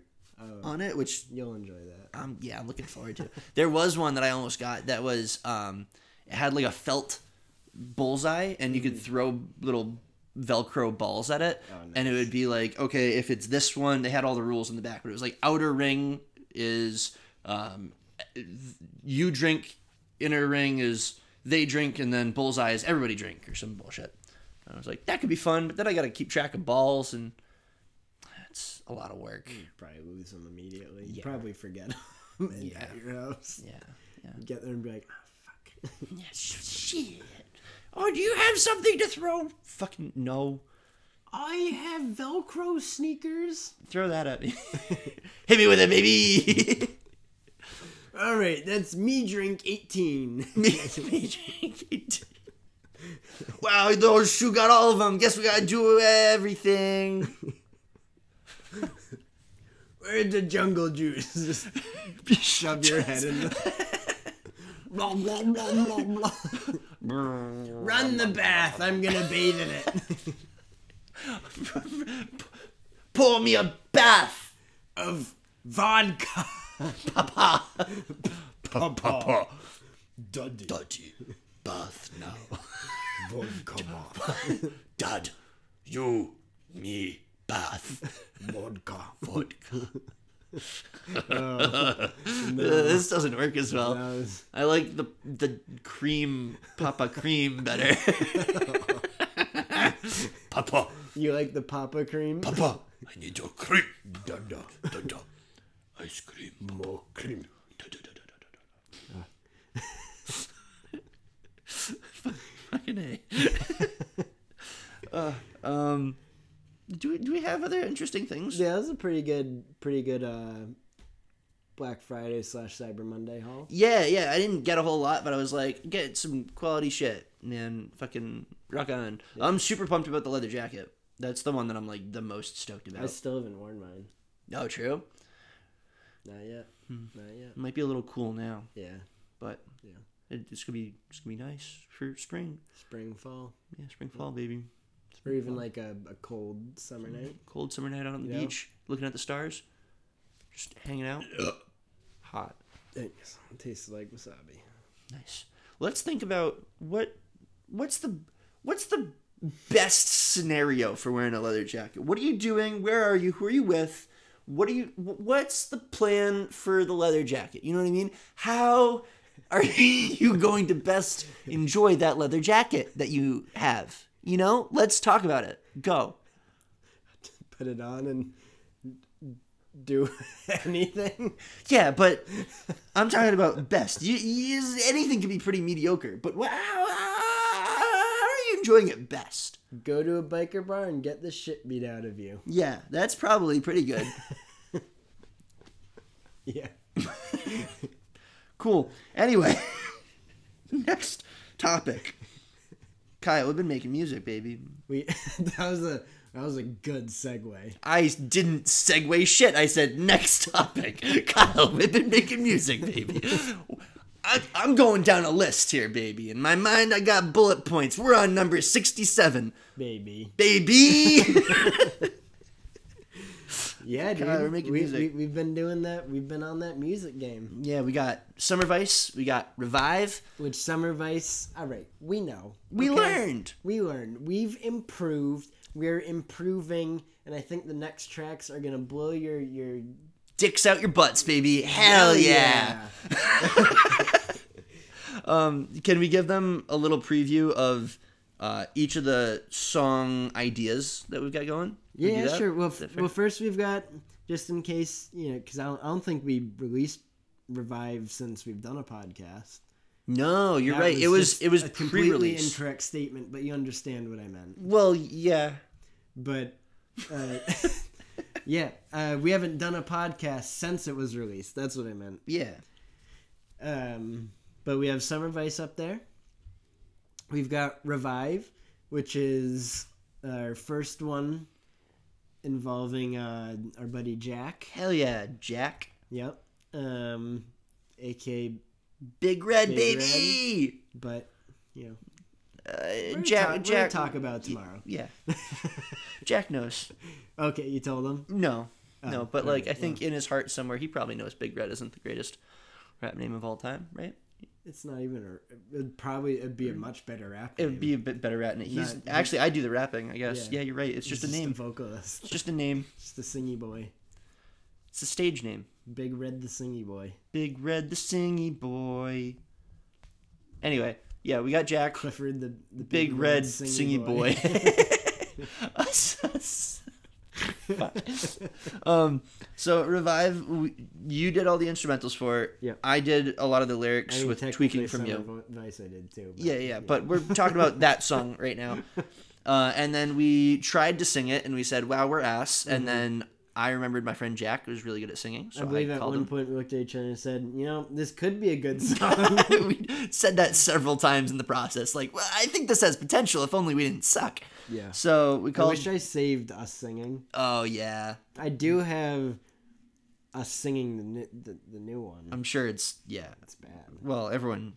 [SPEAKER 1] on it, which
[SPEAKER 2] You'll enjoy that.
[SPEAKER 1] um, yeah, I'm looking forward to. it. there was one that I almost got that was um, it had like a felt bullseye, and you could throw little Velcro balls at it, and it would be like, okay, if it's this one, they had all the rules in the back, but it was like outer ring is um, you drink, inner ring is they drink, and then bullseye is everybody drink or some bullshit. And I was like, that could be fun, but then I got to keep track of balls, and it's a lot of work.
[SPEAKER 2] Probably lose them immediately. Probably forget them and at your house.
[SPEAKER 1] Yeah, yeah.
[SPEAKER 2] Get there and be like, oh, fuck.
[SPEAKER 1] Shit. Oh, do you have something to throw? Fucking no.
[SPEAKER 2] I have Velcro sneakers.
[SPEAKER 1] Throw that at me. Hit me with it, baby.
[SPEAKER 2] All right, that's me drink 18.
[SPEAKER 1] me, me drink it. Wow, those shoe got all of them. Guess we gotta do everything.
[SPEAKER 2] Where's the jungle juice? Just shove your head in the. blah, blah, blah, blah, blah. Run the bath. I'm going to bathe in it.
[SPEAKER 1] Pour me a bath.
[SPEAKER 2] Of vodka.
[SPEAKER 1] Papa.
[SPEAKER 2] Duddy.
[SPEAKER 1] Dodgy. Bath now.
[SPEAKER 2] Vodka.
[SPEAKER 1] Dad. You. Me. Bath.
[SPEAKER 2] Vodka.
[SPEAKER 1] Vodka. this doesn't work as well.
[SPEAKER 2] That was-
[SPEAKER 1] I like the the cream Papa cream better. Papa,
[SPEAKER 2] You like the Papa cream?
[SPEAKER 1] Papa, I need your cream. Dada, dada, ice cream. More cream. Da, da, da, da, da, da, da. Fucking a. uh, um, do we do we have other interesting things?
[SPEAKER 2] Yeah, that was a pretty good, pretty good uh, Black Friday slash Cyber Monday haul.
[SPEAKER 1] Yeah, yeah. I didn't get a whole lot, but I was like, get some quality shit, man. Fucking rock on. I'm super pumped about the leather jacket. That's the one that I'm like the most stoked
[SPEAKER 2] I
[SPEAKER 1] about.
[SPEAKER 2] still haven't worn mine.
[SPEAKER 1] No, true.
[SPEAKER 2] Not yet. Not yet.
[SPEAKER 1] It might be a little cool now,
[SPEAKER 2] Yeah.
[SPEAKER 1] but
[SPEAKER 2] Yeah.
[SPEAKER 1] it, it's gonna be it's gonna be nice for spring.
[SPEAKER 2] Spring, fall,
[SPEAKER 1] Yeah, spring, fall, baby.
[SPEAKER 2] or even like a, a cold summer night.
[SPEAKER 1] Cold summer night out on the
[SPEAKER 2] Yeah.
[SPEAKER 1] beach, looking at the stars, just hanging out. Hot,
[SPEAKER 2] Thanks. It tastes like wasabi.
[SPEAKER 1] nice. Let's think about what what's the what's the best scenario for wearing a leather jacket? What are you doing? Where are you? Who are you with? What are you? wh- What's the plan for the leather jacket? You know what I mean? How are you going to best enjoy that leather jacket that you have? You know, let's talk about it. Go.
[SPEAKER 2] Put it on and do anything.
[SPEAKER 1] Yeah, but I'm talking about best. You, you, anything can be pretty mediocre, but wha- how, how are you enjoying it best?
[SPEAKER 2] Go to a biker bar and get the shit beat out of you.
[SPEAKER 1] Yeah, that's probably pretty good.
[SPEAKER 2] Yeah.
[SPEAKER 1] Cool. Anyway, next topic. Kyle, we've been making music, baby.
[SPEAKER 2] We that was a that was a good segue.
[SPEAKER 1] I didn't segue shit. I said next topic. Kyle, we've been making music, baby. I, I'm going down a list here, baby. In my mind, I got bullet points. We're on number 67.
[SPEAKER 2] Baby.
[SPEAKER 1] Baby!
[SPEAKER 2] Yeah, dude.
[SPEAKER 1] God, we're making
[SPEAKER 2] we,
[SPEAKER 1] music.
[SPEAKER 2] We, we've been doing that. We've been on that music game.
[SPEAKER 1] Yeah, we got Summer Vice, we got Revive.
[SPEAKER 2] Which Summer Vice, all right, we know.
[SPEAKER 1] We
[SPEAKER 2] okay?
[SPEAKER 1] learned.
[SPEAKER 2] We learned. We've improved. We're improving, and I think the next tracks are gonna blow your your.
[SPEAKER 1] Dicks out your butts, baby. Hell yeah. Um, can we give them a little preview of uh, each of the song ideas that we've got going? Can we
[SPEAKER 2] Yeah,
[SPEAKER 1] do that?
[SPEAKER 2] sure. Well,
[SPEAKER 1] Is
[SPEAKER 2] f-
[SPEAKER 1] that fair?
[SPEAKER 2] well, first we've got just in case you know, because I don't, I don't think we released revive since we've done a podcast.
[SPEAKER 1] no, you're
[SPEAKER 2] That
[SPEAKER 1] right. it was
[SPEAKER 2] just
[SPEAKER 1] it was
[SPEAKER 2] a completely
[SPEAKER 1] pre-release.
[SPEAKER 2] incorrect statement, but you understand what I meant.
[SPEAKER 1] well, yeah.
[SPEAKER 2] but uh, yeah, uh, we haven't done a podcast since it was released. That's what I meant.
[SPEAKER 1] Yeah.
[SPEAKER 2] Um, but we have Summer Vice up there. We've got Revive, which is our first one involving uh, our buddy Jack.
[SPEAKER 1] Hell yeah, Jack.
[SPEAKER 2] Yep. Um, AK,
[SPEAKER 1] Big Red
[SPEAKER 2] Big
[SPEAKER 1] baby.
[SPEAKER 2] but you know,
[SPEAKER 1] Uh, Jack
[SPEAKER 2] we're gonna talk, we're gonna
[SPEAKER 1] Jack
[SPEAKER 2] talk about tomorrow.
[SPEAKER 1] Yeah. Jack knows.
[SPEAKER 2] Okay, you told him.
[SPEAKER 1] No,
[SPEAKER 2] Oh,
[SPEAKER 1] no, but like I
[SPEAKER 2] alright,
[SPEAKER 1] think in his heart somewhere he probably knows Big Red isn't the greatest rap name of all time, right?
[SPEAKER 2] It's not even a. It'd probably it'd be a much better rap.
[SPEAKER 1] It would be a bit better at it. He's
[SPEAKER 2] Not-
[SPEAKER 1] actually I do the rapping, I guess. Yeah,
[SPEAKER 2] Yeah.
[SPEAKER 1] you're right. It's just a
[SPEAKER 2] a
[SPEAKER 1] name.
[SPEAKER 2] vocalist.
[SPEAKER 1] It's just a name.
[SPEAKER 2] Just a singy boy.
[SPEAKER 1] It's a stage name.
[SPEAKER 2] Big Red the Singy Boy.
[SPEAKER 1] Big Red, the singy boy. Anyway, yeah, we got Jack,
[SPEAKER 2] Clifford the, the
[SPEAKER 1] Big, Red, singy, boy. Us- us- Fuck. um, so revive. w- You did all the instrumentals for it.
[SPEAKER 2] Yep.
[SPEAKER 1] I did a lot of the lyrics
[SPEAKER 2] mean,
[SPEAKER 1] with
[SPEAKER 2] technically
[SPEAKER 1] tweaking from
[SPEAKER 2] some
[SPEAKER 1] you.
[SPEAKER 2] of Vice I did too. but
[SPEAKER 1] Yeah, yeah, but we're talking about that song right now. Uh, and then we tried to sing it, and we said, "Wow, we're ass." And then I remembered my friend Jack was really good at singing, so
[SPEAKER 2] I believe at
[SPEAKER 1] called
[SPEAKER 2] one
[SPEAKER 1] him.
[SPEAKER 2] point we looked at each other and said, you know, this could be a good song.
[SPEAKER 1] we said that several times in the process. Like, well, I think this has potential. If only we didn't suck.
[SPEAKER 2] yeah.
[SPEAKER 1] So we
[SPEAKER 2] I
[SPEAKER 1] called.
[SPEAKER 2] wish I saved us singing.
[SPEAKER 1] oh yeah,
[SPEAKER 2] I do have us singing the new, the, the new one.
[SPEAKER 1] I'm sure it's yeah.
[SPEAKER 2] That's bad.
[SPEAKER 1] Well, everyone,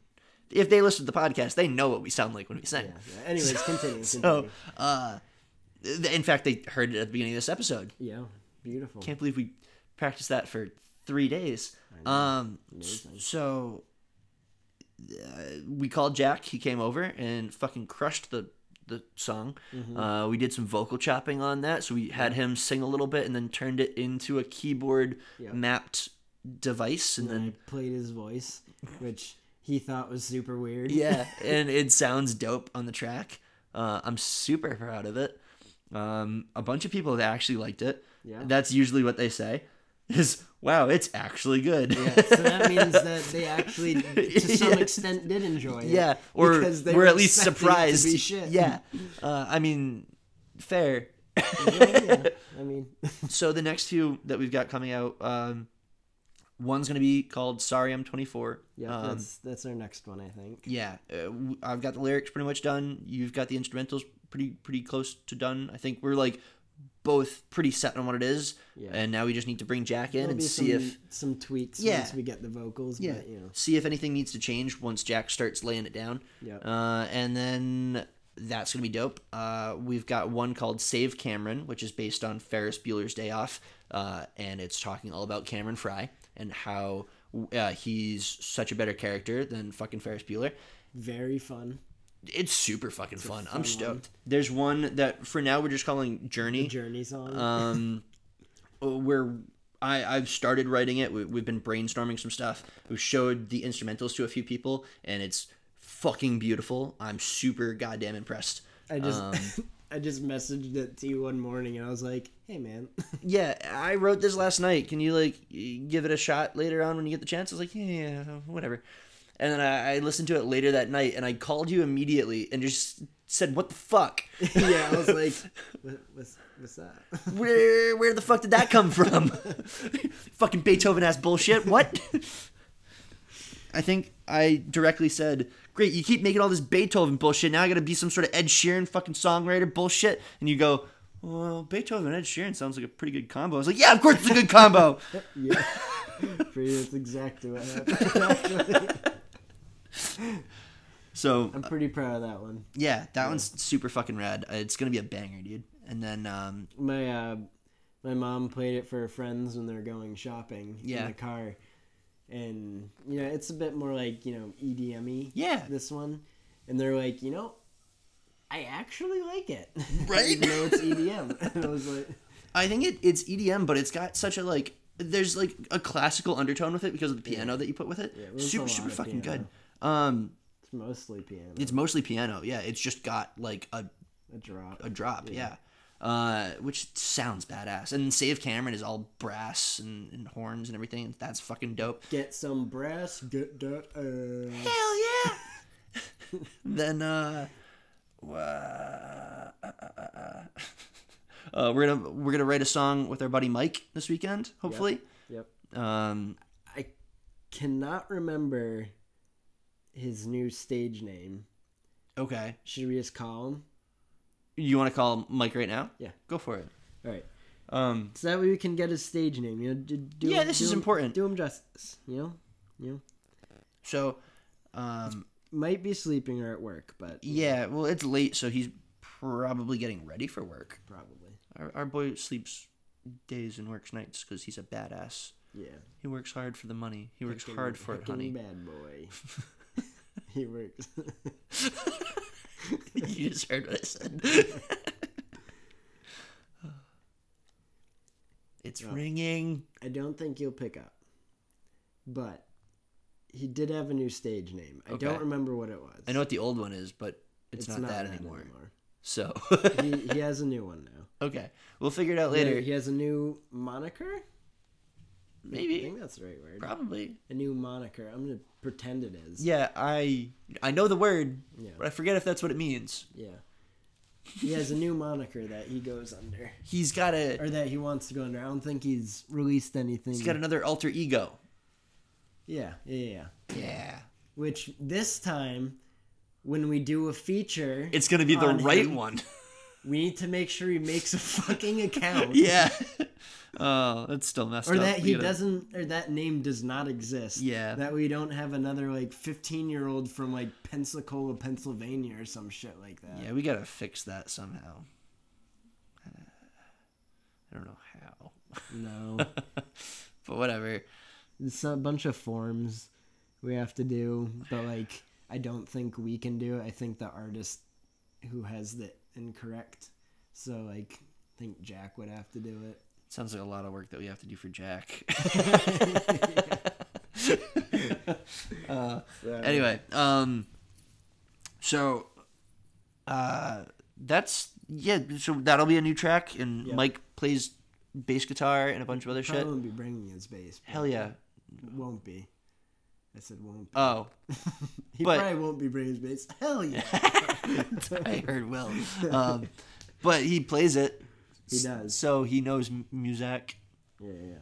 [SPEAKER 1] if they listen to the podcast, they know what we sound like when we sing.
[SPEAKER 2] Yeah. yeah. Anyways, continue. continue.
[SPEAKER 1] So, uh, th- in fact, they heard it at the beginning of this episode.
[SPEAKER 2] yeah, beautiful.
[SPEAKER 1] Can't believe we practiced that for three days. Um, s- so uh, we called Jack. He came over and fucking crushed the the song. Uh, we did some vocal chopping on that, so we had him sing a little bit and then turned it into a keyboard
[SPEAKER 2] Yeah.
[SPEAKER 1] mapped device, and
[SPEAKER 2] and
[SPEAKER 1] then
[SPEAKER 2] I played his voice, which he thought was super weird.
[SPEAKER 1] yeah, and it sounds dope on the track. Uh, I'm super proud of it. Um, a bunch of people that actually liked it.
[SPEAKER 2] Yeah.
[SPEAKER 1] That's usually what they say. Is wow, it's actually good.
[SPEAKER 2] Yeah, so that means that they actually, to some
[SPEAKER 1] Yes.
[SPEAKER 2] extent, did enjoy it.
[SPEAKER 1] Yeah, or
[SPEAKER 2] because they
[SPEAKER 1] we're,
[SPEAKER 2] were
[SPEAKER 1] at least
[SPEAKER 2] expecting it to be
[SPEAKER 1] surprised.
[SPEAKER 2] shit.
[SPEAKER 1] Yeah, uh, I mean, fair.
[SPEAKER 2] Yeah, yeah. I mean,
[SPEAKER 1] so the next few that we've got coming out, um, one's gonna be called "Sorry I'm 24."
[SPEAKER 2] yeah,
[SPEAKER 1] um,
[SPEAKER 2] that's that's our next one, I think.
[SPEAKER 1] yeah. Uh, w- I've got the lyrics pretty much done. You've got the instrumentals pretty pretty close to done. I think we're like both pretty set on what it is,
[SPEAKER 2] Yeah.
[SPEAKER 1] and now we just need to bring Jack in
[SPEAKER 2] There'll
[SPEAKER 1] and
[SPEAKER 2] be
[SPEAKER 1] see
[SPEAKER 2] some,
[SPEAKER 1] if
[SPEAKER 2] some tweaks
[SPEAKER 1] Yeah.
[SPEAKER 2] once we get the vocals.
[SPEAKER 1] yeah,
[SPEAKER 2] but, you know,
[SPEAKER 1] see if anything needs to change once Jack starts laying it down.
[SPEAKER 2] Yep.
[SPEAKER 1] Uh, and then that's gonna be dope. Uh, we've got one called Save Cameron, which is based on Ferris Bueller's Day Off, uh, and it's talking all about Cameron Fry and how uh, he's such a better character than fucking Ferris Bueller.
[SPEAKER 2] very fun.
[SPEAKER 1] It's super fucking fun.
[SPEAKER 2] fun
[SPEAKER 1] I'm stoked. There's one that for now we're just calling Journey.
[SPEAKER 2] Journey song.
[SPEAKER 1] Um, where I I've started writing it. We, we've been brainstorming some stuff. We showed the instrumentals to a few people, and it's fucking beautiful. I'm super goddamn impressed.
[SPEAKER 2] I just
[SPEAKER 1] Um,
[SPEAKER 2] I just messaged it to you one morning and I was like, "Hey man,
[SPEAKER 1] Yeah, I wrote this last night. Can you like give it a shot later on when you get the chance? I was like, yeah, yeah, whatever. And then I, I listened to it later that night, and I called you immediately and just said, "What the fuck?
[SPEAKER 2] yeah." I was like, what, "What's what's that?"
[SPEAKER 1] Where where the fuck did that come from? Fucking Beethoven ass bullshit. What? I think I directly said, "Great, you keep making all this Beethoven bullshit. Now I got to be some sort of Ed Sheeran fucking songwriter bullshit." And you go, "Well, Beethoven and Ed Sheeran sounds like a pretty good combo." I was like, "Yeah, of course it's a good combo."
[SPEAKER 2] yeah, pretty. That's exactly what happened. Actually,
[SPEAKER 1] so
[SPEAKER 2] I'm pretty proud of that one.
[SPEAKER 1] yeah, that one's super fucking rad. It's gonna be a banger, dude. And then um,
[SPEAKER 2] My uh, my mom played it for her friends when they're going shopping
[SPEAKER 1] Yeah.
[SPEAKER 2] in the car, and you know it's a bit more like you know EDME.
[SPEAKER 1] Yeah.
[SPEAKER 2] this one, and they're like, you know. I actually like it.
[SPEAKER 1] Right?
[SPEAKER 2] Even though it's EDM. And I was like,
[SPEAKER 1] I think it, it's EDM, but it's got such a like. There's like a classical undertone with it because of the piano that you put with it.
[SPEAKER 2] Yeah, there's a
[SPEAKER 1] super
[SPEAKER 2] lot
[SPEAKER 1] super
[SPEAKER 2] of
[SPEAKER 1] fucking
[SPEAKER 2] piano.
[SPEAKER 1] good. Um,
[SPEAKER 2] it's mostly piano.
[SPEAKER 1] it's mostly piano. Yeah, it's just got like a
[SPEAKER 2] a drop.
[SPEAKER 1] a drop. Yeah. Uh, which sounds badass. And Save Cameron is all brass and, and horns and everything. That's fucking dope.
[SPEAKER 2] Get some brass, get that ass.
[SPEAKER 1] Hell yeah!
[SPEAKER 2] Hmm.
[SPEAKER 1] then uh, wha- uh, uh, uh, uh, uh, we're gonna we're gonna write a song with our buddy Mike this weekend. Hopefully,
[SPEAKER 2] Yep.
[SPEAKER 1] um,
[SPEAKER 2] I cannot remember his new stage name.
[SPEAKER 1] okay.
[SPEAKER 2] Should we just call him?
[SPEAKER 1] You want to call Mike right now?
[SPEAKER 2] Yeah.
[SPEAKER 1] go for it.
[SPEAKER 2] All right.
[SPEAKER 1] Um,
[SPEAKER 2] So that way we can get his stage name. You know, do, do
[SPEAKER 1] Yeah,
[SPEAKER 2] him-
[SPEAKER 1] this
[SPEAKER 2] do
[SPEAKER 1] is
[SPEAKER 2] him-
[SPEAKER 1] important.
[SPEAKER 2] Do him justice. You know, you know,
[SPEAKER 1] so, um,
[SPEAKER 2] might be sleeping or at work, but
[SPEAKER 1] yeah. Well, it's late, so he's probably getting ready for work.
[SPEAKER 2] probably.
[SPEAKER 1] Our, our boy sleeps days and works nights because he's a badass.
[SPEAKER 2] Yeah.
[SPEAKER 1] He works hard for the money. He works
[SPEAKER 2] Fucking-
[SPEAKER 1] hard for it,
[SPEAKER 2] fucking
[SPEAKER 1] honey.
[SPEAKER 2] Bad boy. he works.
[SPEAKER 1] you just heard what I said. it's ringing.
[SPEAKER 2] I don't think you'll pick up, but he did have a new stage name. I
[SPEAKER 1] Okay.
[SPEAKER 2] don't remember what it was.
[SPEAKER 1] I know what the old one is, but it's, not, that, anymore. So,
[SPEAKER 2] he, he has a new one now.
[SPEAKER 1] okay, we'll figure it out
[SPEAKER 2] Later,
[SPEAKER 1] later.
[SPEAKER 2] he has a new moniker. I
[SPEAKER 1] Maybe,
[SPEAKER 2] think that's the right word.
[SPEAKER 1] probably.
[SPEAKER 2] A new moniker. I'm gonna pretend it is.
[SPEAKER 1] Yeah, I I know the word,
[SPEAKER 2] Yeah.
[SPEAKER 1] but I forget if that's what it means.
[SPEAKER 2] Yeah. He has a new moniker that he goes under,
[SPEAKER 1] He's got a
[SPEAKER 2] or that he wants to go under. I don't think he's released anything.
[SPEAKER 1] he's got another alter ego.
[SPEAKER 2] yeah, yeah, yeah, yeah.
[SPEAKER 1] Yeah,
[SPEAKER 2] Which this time, when we do a feature,
[SPEAKER 1] it's gonna be the
[SPEAKER 2] On
[SPEAKER 1] right
[SPEAKER 2] him.
[SPEAKER 1] one.
[SPEAKER 2] we need to make sure he makes a fucking account.
[SPEAKER 1] Yeah. oh, that's still messed
[SPEAKER 2] Or
[SPEAKER 1] up.
[SPEAKER 2] that
[SPEAKER 1] We
[SPEAKER 2] he
[SPEAKER 1] gotta-
[SPEAKER 2] doesn't, or that name does not exist.
[SPEAKER 1] Yeah.
[SPEAKER 2] That we don't have another like 15 year old from like Pensacola, Pennsylvania, or some shit like that.
[SPEAKER 1] Yeah, we gotta fix that somehow. Uh, I don't know how,
[SPEAKER 2] No,
[SPEAKER 1] but whatever.
[SPEAKER 2] it's a bunch of forms we have to do, but like I don't think we can do it. I think the artist who has the incorrect, so like I think Jack would have to do it.
[SPEAKER 1] Sounds like a lot of work that we have to do for Jack. Uh, anyway, um, so uh, that's yeah. So that'll be a new track, and
[SPEAKER 2] Yeah.
[SPEAKER 1] Mike plays bass guitar and a bunch of other
[SPEAKER 2] Probably
[SPEAKER 1] shit.
[SPEAKER 2] won't be bringing his bass. but
[SPEAKER 1] Hell yeah!
[SPEAKER 2] won't be. I said won't. Be.
[SPEAKER 1] Oh,
[SPEAKER 2] He
[SPEAKER 1] but-
[SPEAKER 2] probably won't be bringing his bass. Hell yeah,
[SPEAKER 1] I heard Will. Um, but he plays it.
[SPEAKER 2] He does.
[SPEAKER 1] So he knows m- music,
[SPEAKER 2] yeah, yeah.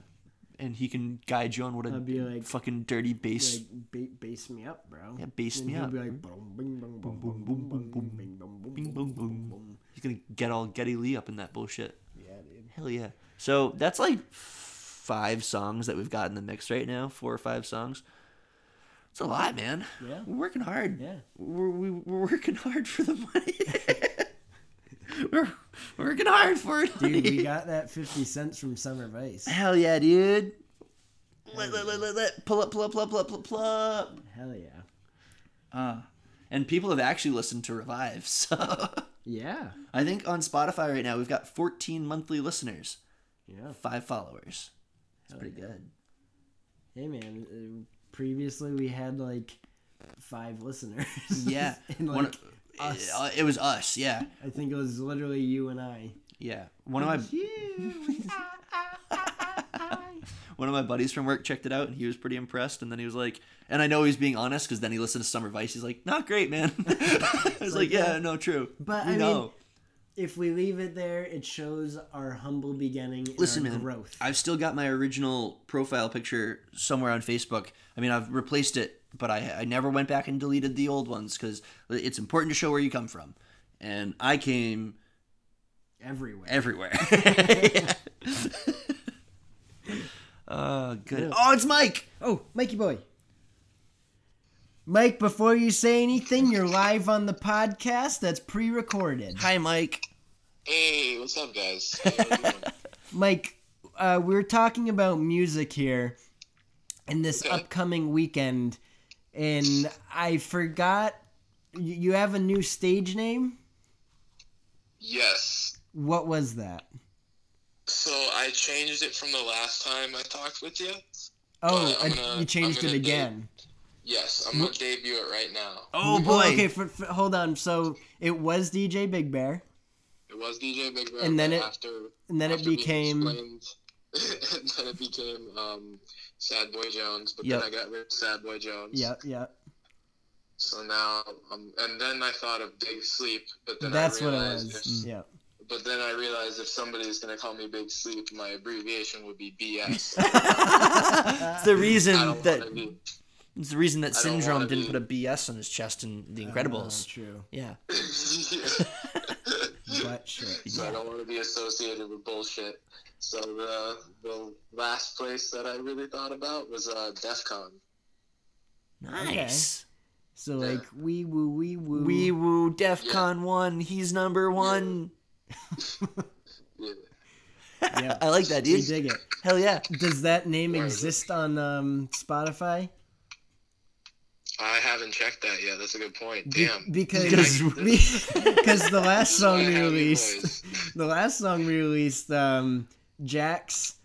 [SPEAKER 1] and he can guide you on what a
[SPEAKER 2] I'd be like-
[SPEAKER 1] fucking dirty bass.
[SPEAKER 2] Like ba- bass me up, bro.
[SPEAKER 1] Yeah, bass
[SPEAKER 2] And
[SPEAKER 1] me
[SPEAKER 2] he'll
[SPEAKER 1] up.
[SPEAKER 2] Be like, boom, bing, bong, bong, bong, bong, bong, bing, bong, bong,
[SPEAKER 1] Bing,
[SPEAKER 2] bong,
[SPEAKER 1] bong, bong.
[SPEAKER 2] bong.
[SPEAKER 1] He's gonna get all Getty Lee up in that bullshit.
[SPEAKER 2] Yeah, dude.
[SPEAKER 1] Hell yeah. So that's like five songs that we've got in the mix right now, four or five songs. It's a lot, man.
[SPEAKER 2] Yeah.
[SPEAKER 1] We're working hard.
[SPEAKER 2] Yeah.
[SPEAKER 1] We're, we, we're working hard for the money. we're, we're working hard for it.
[SPEAKER 2] Dude,
[SPEAKER 1] honey.
[SPEAKER 2] we got that 50 cents from Summer Vice.
[SPEAKER 1] Hell yeah, dude. Let, let, let, let, let. Pull up, pull up, pull up, pull up, pull up, pull up.
[SPEAKER 2] Hell yeah.
[SPEAKER 1] And people have actually listened to Revive. So
[SPEAKER 2] Yeah.
[SPEAKER 1] I think on Spotify right now, we've got 14 monthly listeners,
[SPEAKER 2] Yeah.
[SPEAKER 1] five followers. That's pretty good.
[SPEAKER 2] Hey, man. uh, Previously, we had like five listeners.
[SPEAKER 1] Yeah.
[SPEAKER 2] and like,
[SPEAKER 1] One- uh, It, was us, yeah.
[SPEAKER 2] I think it was literally you and I.
[SPEAKER 1] Yeah. One of my one of my buddies from work checked it out and he was pretty impressed and then he was like and I know he's being honest cuz then he listened to Summer Vice he's like not great man. I was like,
[SPEAKER 2] like,
[SPEAKER 1] yeah,
[SPEAKER 2] yeah.
[SPEAKER 1] no true.
[SPEAKER 2] But
[SPEAKER 1] We
[SPEAKER 2] I
[SPEAKER 1] know.
[SPEAKER 2] mean, if we leave it there, it shows our humble beginning and
[SPEAKER 1] Listen,
[SPEAKER 2] our
[SPEAKER 1] man,
[SPEAKER 2] growth.
[SPEAKER 1] I've still got my original profile picture somewhere on Facebook. I mean, I've replaced it, but I, I never went back and deleted the old ones because it's important to show where you come from. And I came
[SPEAKER 2] Everywhere.
[SPEAKER 1] everywhere. Yeah. Oh, good. Oh, it's Mike.
[SPEAKER 2] Oh, Mikey boy. Mike, before you say anything, you're live on the podcast that's pre recorded.
[SPEAKER 1] Hi, Mike.
[SPEAKER 4] Hey, what's up, guys? Hey, how you doing?
[SPEAKER 2] Mike, uh, we're talking about music here in this
[SPEAKER 4] Okay.
[SPEAKER 2] upcoming weekend, and I forgot y- you have a new stage name.
[SPEAKER 4] yes.
[SPEAKER 2] What was that?
[SPEAKER 4] So I changed it from the last time I talked with you.
[SPEAKER 2] Oh,
[SPEAKER 4] Uh, I'm
[SPEAKER 2] I-
[SPEAKER 4] gonna-
[SPEAKER 2] you changed
[SPEAKER 4] I'm
[SPEAKER 2] it
[SPEAKER 4] gonna
[SPEAKER 2] again.
[SPEAKER 4] Yes, I'm gonna debut it right now.
[SPEAKER 1] Oh
[SPEAKER 2] W-
[SPEAKER 1] boy.
[SPEAKER 2] okay, for, for, hold on. So it was DJ Big Bear,
[SPEAKER 4] It was DJ Big Bear,
[SPEAKER 2] And then
[SPEAKER 4] but
[SPEAKER 2] it-
[SPEAKER 4] after,
[SPEAKER 2] and then it
[SPEAKER 4] after being
[SPEAKER 2] became
[SPEAKER 4] explained, and then it became um, Sad Boy Jones. But
[SPEAKER 1] Yep.
[SPEAKER 4] then I got rid of Sad Boy Jones.
[SPEAKER 2] yep, yep.
[SPEAKER 4] So now, um, and then I thought of Big Sleep, but then
[SPEAKER 2] That's
[SPEAKER 4] I
[SPEAKER 2] what it
[SPEAKER 4] realized.
[SPEAKER 2] was. Mm,
[SPEAKER 4] If,
[SPEAKER 2] Yep.
[SPEAKER 4] But then I realized if somebody's gonna call me Big Sleep, my abbreviation would be BS.
[SPEAKER 1] it's the reason
[SPEAKER 4] I don't wanna
[SPEAKER 1] that
[SPEAKER 4] be.
[SPEAKER 1] it's the reason that
[SPEAKER 4] I don't
[SPEAKER 1] syndrome
[SPEAKER 4] wanna
[SPEAKER 1] didn't
[SPEAKER 4] be-
[SPEAKER 1] put a BS on his chest in The Incredibles.
[SPEAKER 2] Oh, true.
[SPEAKER 1] yeah.
[SPEAKER 2] Butt shit.
[SPEAKER 4] So I don't want to be associated with bullshit. So the the last place that I really thought about was uh, DEF CON.
[SPEAKER 1] Nice.
[SPEAKER 2] So like wee woo wee woo.
[SPEAKER 1] Wee woo, DEF CON 1, he's number one.
[SPEAKER 4] Yeah.
[SPEAKER 2] Yeah.
[SPEAKER 1] I like that,
[SPEAKER 2] You
[SPEAKER 1] dude.
[SPEAKER 2] dig it.
[SPEAKER 1] Hell yeah.
[SPEAKER 2] Does that name
[SPEAKER 4] Word.
[SPEAKER 2] exist on um, Spotify?
[SPEAKER 4] I haven't checked that yet. That's a good point.
[SPEAKER 2] Be-
[SPEAKER 4] Damn.
[SPEAKER 2] Because
[SPEAKER 1] Because-
[SPEAKER 2] because the last
[SPEAKER 4] This is why I
[SPEAKER 2] song we
[SPEAKER 4] have you
[SPEAKER 2] released,
[SPEAKER 4] boys.
[SPEAKER 2] the last song we released, um, Jack's.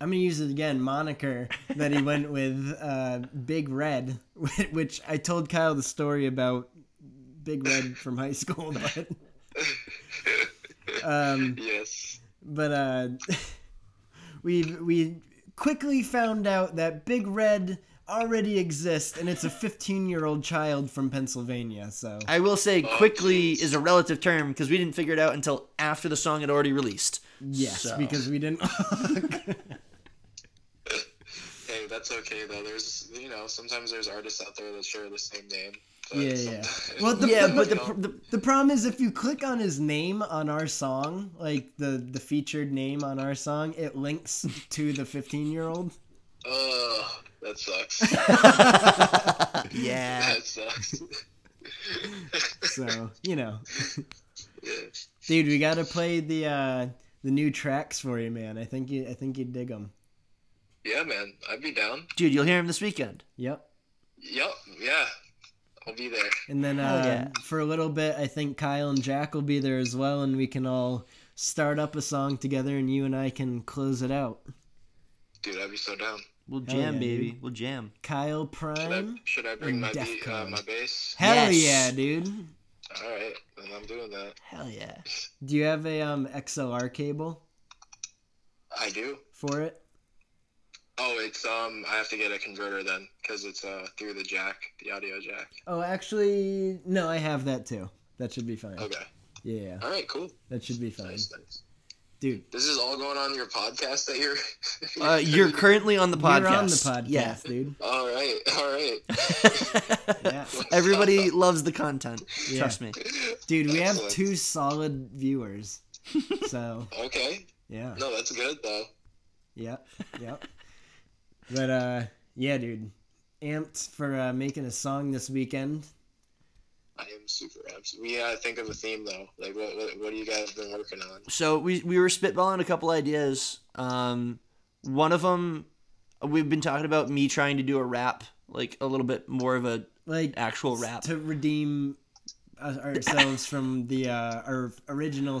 [SPEAKER 2] I'm gonna use it again. Moniker that he went with, uh, Big Red, which I told Kyle the story about Big Red from high school, but um,
[SPEAKER 4] Yes.
[SPEAKER 2] but uh we we quickly found out that big red already exists and it's a 15 year old child from pennsylvania so
[SPEAKER 1] I will say
[SPEAKER 4] Oh,
[SPEAKER 1] quickly
[SPEAKER 4] jeez.
[SPEAKER 1] is a relative term because we didn't figure it out until after the song had already released.
[SPEAKER 2] yes
[SPEAKER 1] So-
[SPEAKER 2] because we didn't
[SPEAKER 4] Hey, that's okay though. There's you know sometimes there's artists out there that share the same name. but
[SPEAKER 2] Yeah, yeah.
[SPEAKER 4] sometimes-
[SPEAKER 2] Well, the,
[SPEAKER 1] Yeah,
[SPEAKER 2] the,
[SPEAKER 1] but
[SPEAKER 2] the,
[SPEAKER 1] the
[SPEAKER 4] pr-
[SPEAKER 2] the, problem is if you click on his name on our song, like the the featured name on our song, it links to the 15 year old.
[SPEAKER 4] oh, that sucks.
[SPEAKER 1] Yeah.
[SPEAKER 4] that sucks.
[SPEAKER 2] So you know,
[SPEAKER 4] Yeah.
[SPEAKER 2] dude, we gotta play the uh, the new tracks for you, man. I think you I think you dig them.
[SPEAKER 4] yeah, man, I'd be down.
[SPEAKER 1] Dude, you'll hear him this weekend.
[SPEAKER 2] Yep.
[SPEAKER 4] Yep, yeah, I'll be there.
[SPEAKER 2] And then uh,
[SPEAKER 1] yeah.
[SPEAKER 2] for a little bit, I think Kyle and Jack will be there as well, and we can all start up a song together, and you and I can close it out.
[SPEAKER 4] Dude, I'd be so down.
[SPEAKER 1] We'll
[SPEAKER 2] Hell
[SPEAKER 1] jam,
[SPEAKER 2] yeah,
[SPEAKER 1] baby.
[SPEAKER 2] dude.
[SPEAKER 1] We'll jam.
[SPEAKER 2] Kyle
[SPEAKER 4] Should I,
[SPEAKER 2] Prime.
[SPEAKER 4] should I bring
[SPEAKER 2] and
[SPEAKER 4] my
[SPEAKER 2] Def
[SPEAKER 4] beat, uh,
[SPEAKER 2] Con.
[SPEAKER 4] my bass?
[SPEAKER 2] Hell
[SPEAKER 1] Yes.
[SPEAKER 2] yeah, dude.
[SPEAKER 4] All right, then I'm doing that.
[SPEAKER 1] Hell yeah.
[SPEAKER 2] Do you have a um, XLR cable
[SPEAKER 4] I do.
[SPEAKER 2] for it?
[SPEAKER 4] Oh, it's um, I have to get a converter then, cause it's uh through the jack, the audio jack.
[SPEAKER 2] Oh, actually, no, I have that too. That should be fine.
[SPEAKER 4] Okay.
[SPEAKER 2] Yeah,
[SPEAKER 4] All right, cool.
[SPEAKER 2] that should be fine.
[SPEAKER 4] Nice, nice.
[SPEAKER 2] Dude,
[SPEAKER 4] This is all going on your podcast that you're.
[SPEAKER 1] Uh, you're currently on the podcast.
[SPEAKER 2] you're on the podcast,
[SPEAKER 1] Yeah.
[SPEAKER 2] dude.
[SPEAKER 4] All right, all right.
[SPEAKER 2] Yeah.
[SPEAKER 1] Everybody loves the content.
[SPEAKER 2] Yeah.
[SPEAKER 1] Trust me.
[SPEAKER 2] Dude, we have
[SPEAKER 4] Excellent.
[SPEAKER 2] two solid viewers. So,
[SPEAKER 4] Okay.
[SPEAKER 2] yeah.
[SPEAKER 4] No, that's good though.
[SPEAKER 2] Yep, yep. but uh, yeah, dude, amped for uh, making a song this weekend.
[SPEAKER 4] I am super amped. We gotta think of a theme though. Like, what what what have you guys been working on?
[SPEAKER 1] So we we were spitballing a couple ideas. Um, one of them we've been talking about me trying to do a rap, like a little bit more of a
[SPEAKER 2] Like
[SPEAKER 1] actual rap.
[SPEAKER 2] to redeem us- ourselves from the uh, our original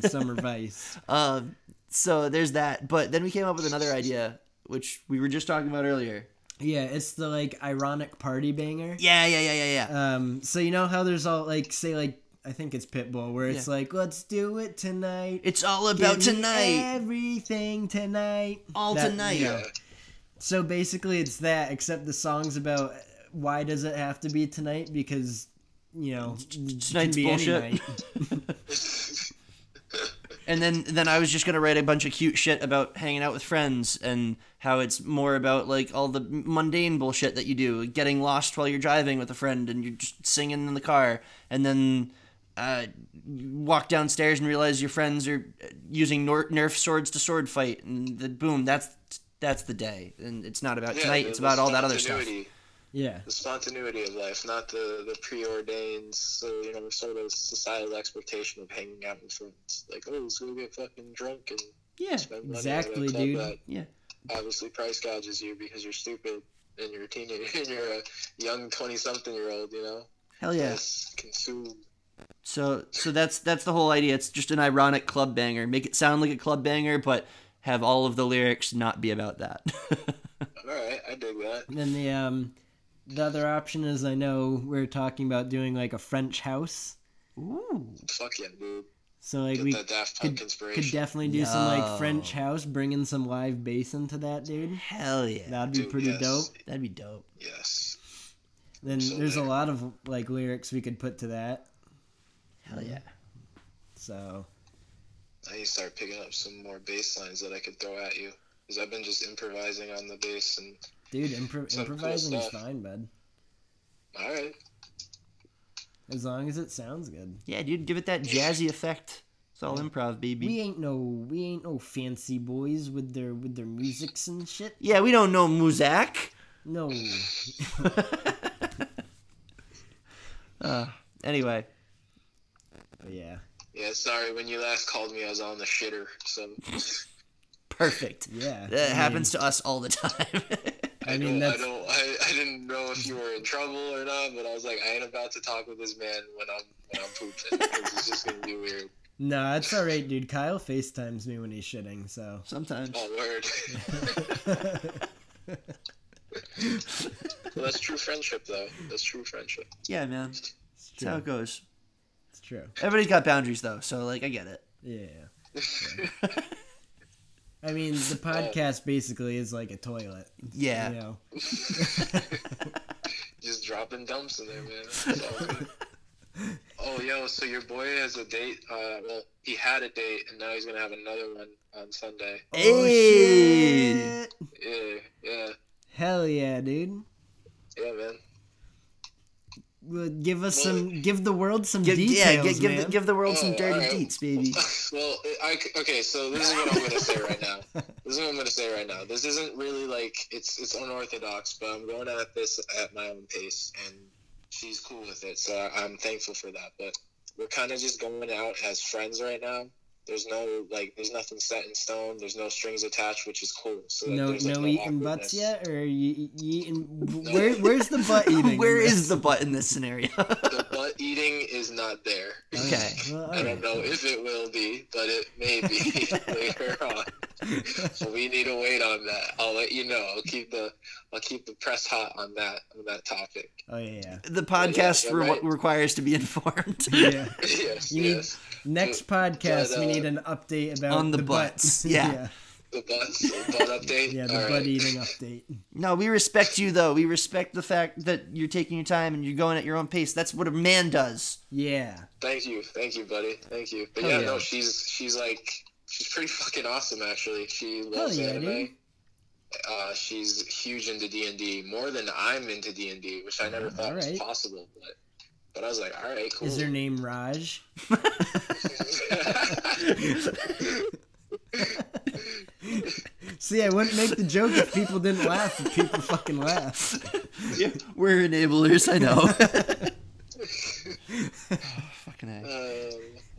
[SPEAKER 2] "Summer Vice."
[SPEAKER 1] Um, so there's that. But then we came up with another idea, which we were just talking about earlier.
[SPEAKER 2] Yeah, it's the like ironic party banger.
[SPEAKER 1] Yeah, yeah, yeah, yeah, yeah.
[SPEAKER 2] Um, so you know how there's all like say like I think it's Pitbull where it's like let's do it tonight.
[SPEAKER 1] it's all
[SPEAKER 2] Give
[SPEAKER 1] about
[SPEAKER 2] me
[SPEAKER 1] tonight,
[SPEAKER 2] Everything tonight.
[SPEAKER 1] all
[SPEAKER 2] That-
[SPEAKER 1] tonight.
[SPEAKER 2] yeah. So basically, it's that, except the song's about uh, why does it have to be tonight? Because, you know, it can
[SPEAKER 1] Tonight's
[SPEAKER 2] be any
[SPEAKER 1] bullshit.
[SPEAKER 2] night.
[SPEAKER 1] And then then I was just gonna write a bunch of cute shit about hanging out with friends and how it's more about like all the mundane bullshit that you do, getting lost while you're driving with a friend and you're just singing in the car, and then uh, you walk downstairs and realize your friends are uh, using nor- Nerf swords to sword fight, and the boom, that's that's the day, and it's not about
[SPEAKER 4] Yeah,
[SPEAKER 1] tonight,
[SPEAKER 4] the-
[SPEAKER 1] it's
[SPEAKER 4] the
[SPEAKER 1] about all that other stuff.
[SPEAKER 4] spontaneity-
[SPEAKER 2] Yeah.
[SPEAKER 4] The spontaneity of life, not the the preordained, so you know, sort of societal expectation of hanging out with friends. Like, oh, let's go get fucking drunk and
[SPEAKER 1] Yeah,
[SPEAKER 4] spend money
[SPEAKER 2] Exactly,
[SPEAKER 4] at a club
[SPEAKER 2] dude.
[SPEAKER 4] that
[SPEAKER 1] yeah.
[SPEAKER 4] obviously price gouges you because you're stupid and you're a teenager and you're a young twenty something year old. You know,
[SPEAKER 1] Hell yeah.
[SPEAKER 4] Just consume.
[SPEAKER 1] So so that's that's the whole idea. It's just an ironic club banger. Make it sound like a club banger, but have all of the lyrics not be about that.
[SPEAKER 4] All right, I dig that.
[SPEAKER 2] And then the, um, the other option is I know we're talking about doing like a French house.
[SPEAKER 1] Ooh.
[SPEAKER 4] Fuck yeah, dude.
[SPEAKER 2] So, like,
[SPEAKER 4] Get
[SPEAKER 2] we
[SPEAKER 4] that Daft Punk
[SPEAKER 2] could, could
[SPEAKER 4] inspiration.
[SPEAKER 2] definitely do some like
[SPEAKER 1] Yo.
[SPEAKER 2] French house, bringing some live bass into that, dude.
[SPEAKER 1] Hell yeah.
[SPEAKER 2] That'd be
[SPEAKER 4] Dude,
[SPEAKER 2] pretty
[SPEAKER 4] yes.
[SPEAKER 2] dope.
[SPEAKER 1] That'd be dope.
[SPEAKER 4] Yes.
[SPEAKER 2] Then there's a
[SPEAKER 4] Absolutely.
[SPEAKER 2] lot of like lyrics we could put to that.
[SPEAKER 1] Hell yeah.
[SPEAKER 2] So,
[SPEAKER 4] I need to start picking up some more bass lines that I could throw at you. Because I've been just improvising on the bass and.
[SPEAKER 2] dude, impro-
[SPEAKER 4] Some cool
[SPEAKER 2] improvising is
[SPEAKER 4] stuff.
[SPEAKER 2] fine, bud.
[SPEAKER 4] Alright.
[SPEAKER 2] As long as it sounds good.
[SPEAKER 1] Yeah, dude, give it that jazzy effect. It's all improv, baby.
[SPEAKER 2] We ain't no we ain't no fancy boys with their with their musics and shit.
[SPEAKER 1] yeah, we don't know Muzak.
[SPEAKER 2] No.
[SPEAKER 1] Uh, anyway,
[SPEAKER 2] But yeah.
[SPEAKER 4] Yeah, sorry, when you last called me, I was on the shitter. So.
[SPEAKER 1] perfect.
[SPEAKER 2] Yeah.
[SPEAKER 1] That
[SPEAKER 2] I
[SPEAKER 1] happens to us all the time.
[SPEAKER 4] I,
[SPEAKER 2] mean,
[SPEAKER 4] don't,
[SPEAKER 2] that's-
[SPEAKER 4] I don't. I, I didn't know if you were in trouble or not, but I was like, I ain't about to talk with this man when I'm when I'm pooping. 'cause it's just gonna be weird.
[SPEAKER 2] mean, Nah, it's alright, dude. Kyle FaceTimes me when he's shitting, so
[SPEAKER 1] Sometimes.
[SPEAKER 4] Oh, word. well, that's true friendship, though. That's true friendship.
[SPEAKER 1] Yeah, man. That's
[SPEAKER 2] it's
[SPEAKER 1] how
[SPEAKER 2] true.
[SPEAKER 1] it goes.
[SPEAKER 2] It's true.
[SPEAKER 1] Everybody's got boundaries though, so like I get it.
[SPEAKER 2] Yeah. Yeah. I mean, the podcast basically is like a toilet.
[SPEAKER 1] Yeah.
[SPEAKER 2] You know.
[SPEAKER 4] Just dropping dumps in there, man. It's all good. oh, yo, so your boy has a date. Uh, well, he had a date, and now he's gonna have another one on Sunday.
[SPEAKER 1] Oh, Hey!
[SPEAKER 2] Oh shit.
[SPEAKER 4] Yeah, yeah,
[SPEAKER 2] Hell yeah, dude.
[SPEAKER 4] yeah, man.
[SPEAKER 2] Uh, Give us some. Give the world some
[SPEAKER 1] Give,
[SPEAKER 2] details,
[SPEAKER 1] yeah, give, give, the,
[SPEAKER 2] man.
[SPEAKER 1] give the world some
[SPEAKER 4] Oh,
[SPEAKER 1] dirty
[SPEAKER 4] alright.
[SPEAKER 1] deets, baby.
[SPEAKER 4] well, I, I- okay, so this is what I'm gonna say right now. This is what I'm gonna say right now. This isn't really like it's it's unorthodox, but I'm going at this at my own pace, and she's cool with it, so I, I'm thankful for that. But we're kind of just going out as friends right now. There's no like, there's nothing set in stone. There's no strings attached, which is cool. So that
[SPEAKER 2] no,
[SPEAKER 4] there's, like,
[SPEAKER 2] no eating butts
[SPEAKER 4] awkwardness.
[SPEAKER 2] yet, or you, you eating? Where, where's the butt eating?
[SPEAKER 1] Where
[SPEAKER 2] in
[SPEAKER 1] is the butt in this scenario?
[SPEAKER 4] The butt eating is not there.
[SPEAKER 2] Oh,
[SPEAKER 1] okay.
[SPEAKER 2] this? Well,
[SPEAKER 4] Uh, I don't
[SPEAKER 2] alright.
[SPEAKER 4] know if it will be, but it may be later on. So we need to wait on that. I'll let you know. I'll keep the I'll keep the press hot on that on that topic.
[SPEAKER 2] Oh yeah, yeah.
[SPEAKER 1] The podcast
[SPEAKER 4] Yeah,
[SPEAKER 1] re-
[SPEAKER 4] right.
[SPEAKER 1] requires to be informed
[SPEAKER 2] yeah.
[SPEAKER 4] yes,
[SPEAKER 2] You need-
[SPEAKER 4] yes.
[SPEAKER 2] Next podcast,
[SPEAKER 4] but,
[SPEAKER 2] we
[SPEAKER 4] uh,
[SPEAKER 2] need an update about
[SPEAKER 1] on the
[SPEAKER 2] butt.
[SPEAKER 1] butts. Yeah.
[SPEAKER 4] The butt the butt update.
[SPEAKER 2] yeah, the
[SPEAKER 4] All
[SPEAKER 2] butt
[SPEAKER 4] right.
[SPEAKER 2] eating update.
[SPEAKER 1] No, we respect you though. We respect the fact that you're taking your time and you're going at your own pace. That's what a man does.
[SPEAKER 2] Yeah,
[SPEAKER 4] Thank you, thank you, buddy. Thank you. But
[SPEAKER 2] Hell
[SPEAKER 4] yeah,
[SPEAKER 2] yeah.
[SPEAKER 4] no, she's she's like she's pretty fucking awesome actually. She
[SPEAKER 2] hell
[SPEAKER 4] loves
[SPEAKER 2] yeah,
[SPEAKER 4] anime.
[SPEAKER 2] dude.
[SPEAKER 4] Uh, she's huge into D and D, more than I'm into D and D, which I never thought
[SPEAKER 2] alright.
[SPEAKER 4] was possible. But, but I was like, all right, cool.
[SPEAKER 2] Is her name Raj? See, I wouldn't make the joke if people didn't laugh. If people fucking laugh.
[SPEAKER 1] We're enablers, I know.
[SPEAKER 2] Oh,
[SPEAKER 1] Fucking A.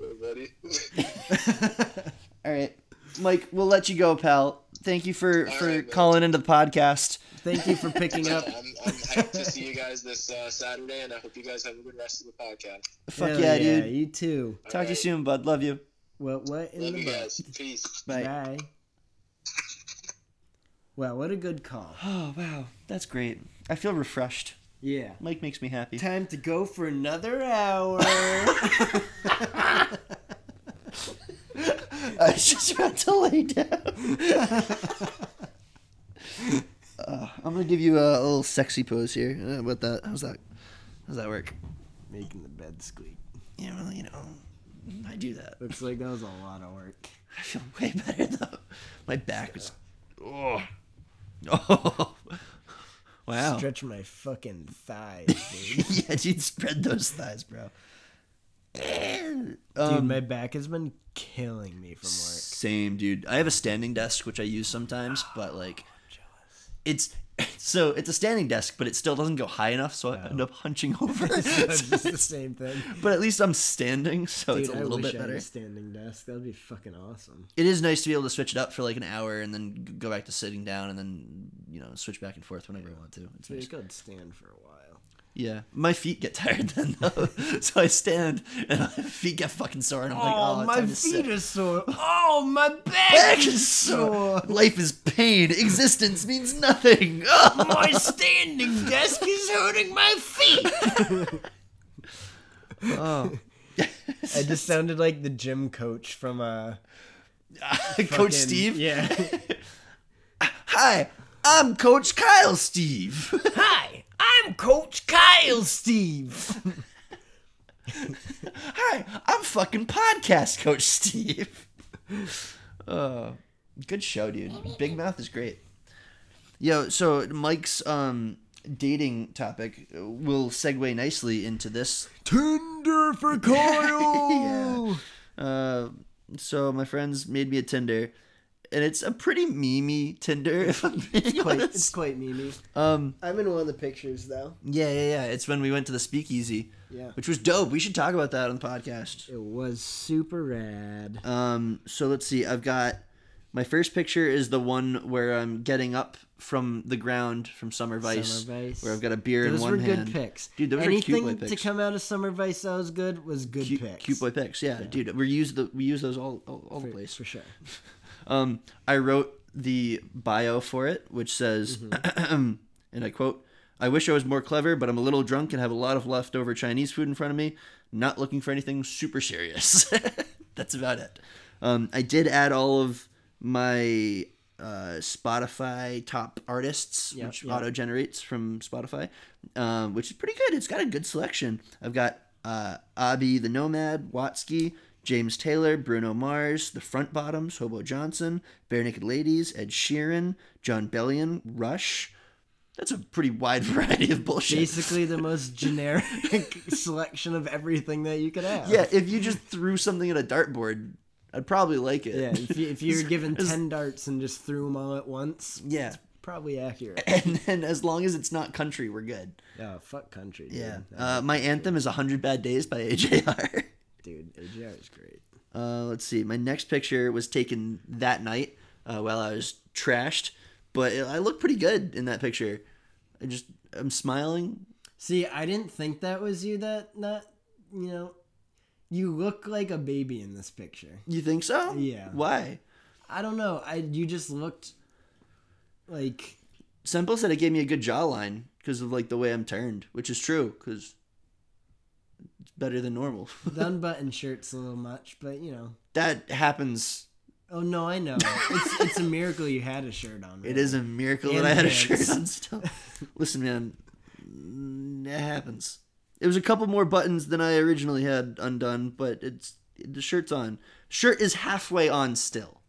[SPEAKER 4] um, buddy.
[SPEAKER 1] All right. Mike, we'll let you go, pal. Thank you for, for
[SPEAKER 4] right, man.
[SPEAKER 1] calling into the podcast.
[SPEAKER 2] Thank you for picking
[SPEAKER 4] Yeah,
[SPEAKER 2] up.
[SPEAKER 4] I'm, I'm hyped to see you guys this uh, Saturday, and I hope you guys have a good rest of the podcast.
[SPEAKER 1] Fuck
[SPEAKER 2] Hell
[SPEAKER 1] yeah, dude.
[SPEAKER 2] You too.
[SPEAKER 1] Talk to you
[SPEAKER 4] Alright.
[SPEAKER 1] soon, bud. Love you.
[SPEAKER 2] What? What in
[SPEAKER 4] Love
[SPEAKER 2] the
[SPEAKER 4] you
[SPEAKER 2] butt?
[SPEAKER 4] guys. Peace.
[SPEAKER 1] Bye.
[SPEAKER 2] Bye. Wow, what a good call.
[SPEAKER 1] Oh, wow. That's great. I feel refreshed.
[SPEAKER 2] Yeah.
[SPEAKER 1] Mike makes me happy.
[SPEAKER 2] Time to go for another hour.
[SPEAKER 1] I was just about to lay down. Uh, I'm gonna give you a, little sexy pose here. Uh, about that? How's that? How's that work?
[SPEAKER 2] Making the bed squeak.
[SPEAKER 1] Yeah, well, you know, I do that.
[SPEAKER 2] Looks like that was a lot of work.
[SPEAKER 1] I feel way better though. My back is. Oh. Oh. Wow.
[SPEAKER 2] Stretch my fucking thighs, dude.
[SPEAKER 1] yeah, dude, spread those thighs, bro.
[SPEAKER 2] dude,
[SPEAKER 1] Um,
[SPEAKER 2] my back has been killing me from work.
[SPEAKER 1] Same, dude. I have a standing desk which I use sometimes, but like, it's so it's a standing desk, but it still doesn't go high enough, so I end up hunching over.
[SPEAKER 2] Oh. It's just the same thing.
[SPEAKER 1] but at least I'm standing, so it's
[SPEAKER 2] Dude,
[SPEAKER 1] a
[SPEAKER 2] I
[SPEAKER 1] little
[SPEAKER 2] wish
[SPEAKER 1] bit
[SPEAKER 2] I had
[SPEAKER 1] better.
[SPEAKER 2] a standing desk. That'd be fucking awesome.
[SPEAKER 1] It is nice to be able to switch it up for like an hour and then g- go back to sitting down and then you know switch back and forth whenever I want to. It's
[SPEAKER 2] Dude, I
[SPEAKER 1] nice.
[SPEAKER 2] could stand for a while.
[SPEAKER 1] Yeah, my feet get tired then though, so I stand and my feet get fucking sore, and I'm like, oh, it's time to sit.
[SPEAKER 2] are sore. Oh, my
[SPEAKER 1] back is sore. Life is pain. Existence means nothing. Oh.
[SPEAKER 2] standing desk is hurting my feet. Oh. I just sounded like the gym coach from uh,
[SPEAKER 1] Coach
[SPEAKER 2] fucking-
[SPEAKER 1] Steve.
[SPEAKER 2] Yeah.
[SPEAKER 1] Hi, I'm Coach Kyle Steve.
[SPEAKER 2] Hi, I'm Coach Kyle Steve.
[SPEAKER 1] Hi, I'm fucking podcast Coach Steve. Oh, good show, dude. Big Mouth is great. Yo, so Mike's um dating topic will segue nicely into this
[SPEAKER 2] Tinder for Kyle.
[SPEAKER 1] Uh, so my friends made me a Tinder, and it's a pretty memey Tinder. If I'm being
[SPEAKER 2] Quite,
[SPEAKER 1] honest.
[SPEAKER 2] it's quite mimi.
[SPEAKER 1] Um,
[SPEAKER 2] I'm in one of the pictures though.
[SPEAKER 1] yeah, yeah, yeah. It's when we went to the Speakeasy,
[SPEAKER 2] Yeah.
[SPEAKER 1] which was dope. We should talk about that on the podcast.
[SPEAKER 2] It was super rad.
[SPEAKER 1] Um, so let's see. I've got my first picture is the one where I'm getting up from the ground from Summer Vice,
[SPEAKER 2] Summer Vice.
[SPEAKER 1] where I've got a beer
[SPEAKER 2] Those
[SPEAKER 1] in one
[SPEAKER 2] were
[SPEAKER 1] hand.
[SPEAKER 2] good picks.
[SPEAKER 1] dude. Those
[SPEAKER 2] Anything
[SPEAKER 1] are cute boy
[SPEAKER 2] to
[SPEAKER 1] picks.
[SPEAKER 2] come out of Summer Vice that was good was good
[SPEAKER 1] Cute,
[SPEAKER 2] picks.
[SPEAKER 1] cute boy picks, yeah, dude. We use the we use those all all, all the
[SPEAKER 2] for,
[SPEAKER 1] place.
[SPEAKER 2] for sure.
[SPEAKER 1] Um, I wrote the bio for it, which says,
[SPEAKER 2] Mm-hmm.
[SPEAKER 1] and I quote, I wish I was more clever, but I'm a little drunk and have a lot of leftover Chinese food in front of me. Not looking for anything super serious. That's about it. Um, I did add all of my uh, Spotify top artists,
[SPEAKER 2] Yeah,
[SPEAKER 1] which
[SPEAKER 2] yeah.
[SPEAKER 1] auto generates from Spotify, um, which is pretty good. It's got a good selection. I've got uh, Abby the Nomad, Watsky, James Taylor, Bruno Mars, The Front Bottoms, Hobo Johnson, Bare Naked Ladies, Ed Sheeran, John Bellion, Rush, That's a pretty wide variety of bullshit.
[SPEAKER 2] Basically, the most generic selection of everything that you could have.
[SPEAKER 1] yeah, if you just threw something at a dartboard, I'd probably like it.
[SPEAKER 2] Yeah, if you, if you were given
[SPEAKER 1] As-
[SPEAKER 2] 10 darts and just threw them all at once,
[SPEAKER 1] yeah.
[SPEAKER 2] probably accurate.
[SPEAKER 1] And then as long as it's not country, we're good.
[SPEAKER 2] Oh, fuck country, dude.
[SPEAKER 1] Yeah.
[SPEAKER 2] That-
[SPEAKER 1] Uh, my anthem is 100 Bad Days by AJR.
[SPEAKER 2] dude, AGR is great.
[SPEAKER 1] Uh, let's see. My next picture was taken that night uh, while I was trashed, but it, I look pretty good in that picture. I just I'm smiling.
[SPEAKER 2] See, I didn't think that was you that, not, you know, you look like a baby in this picture.
[SPEAKER 1] You think so?
[SPEAKER 2] Yeah.
[SPEAKER 1] Why?
[SPEAKER 2] I don't know. I You just looked like.
[SPEAKER 1] Semple said it gave me a good jawline because of like the way I'm turned, which is true because it's better than normal.
[SPEAKER 2] The unbuttoned shirt's a little much, but you know.
[SPEAKER 1] that happens.
[SPEAKER 2] Oh no, I know. It's it's a miracle you had a shirt on.
[SPEAKER 1] It
[SPEAKER 2] really.
[SPEAKER 1] is a miracle
[SPEAKER 2] And
[SPEAKER 1] that I had a
[SPEAKER 2] pants.
[SPEAKER 1] shirt on still. Listen, man, mm, it happens. It was a couple more buttons than I originally had undone, but it's the shirt's on. Shirt is halfway on still.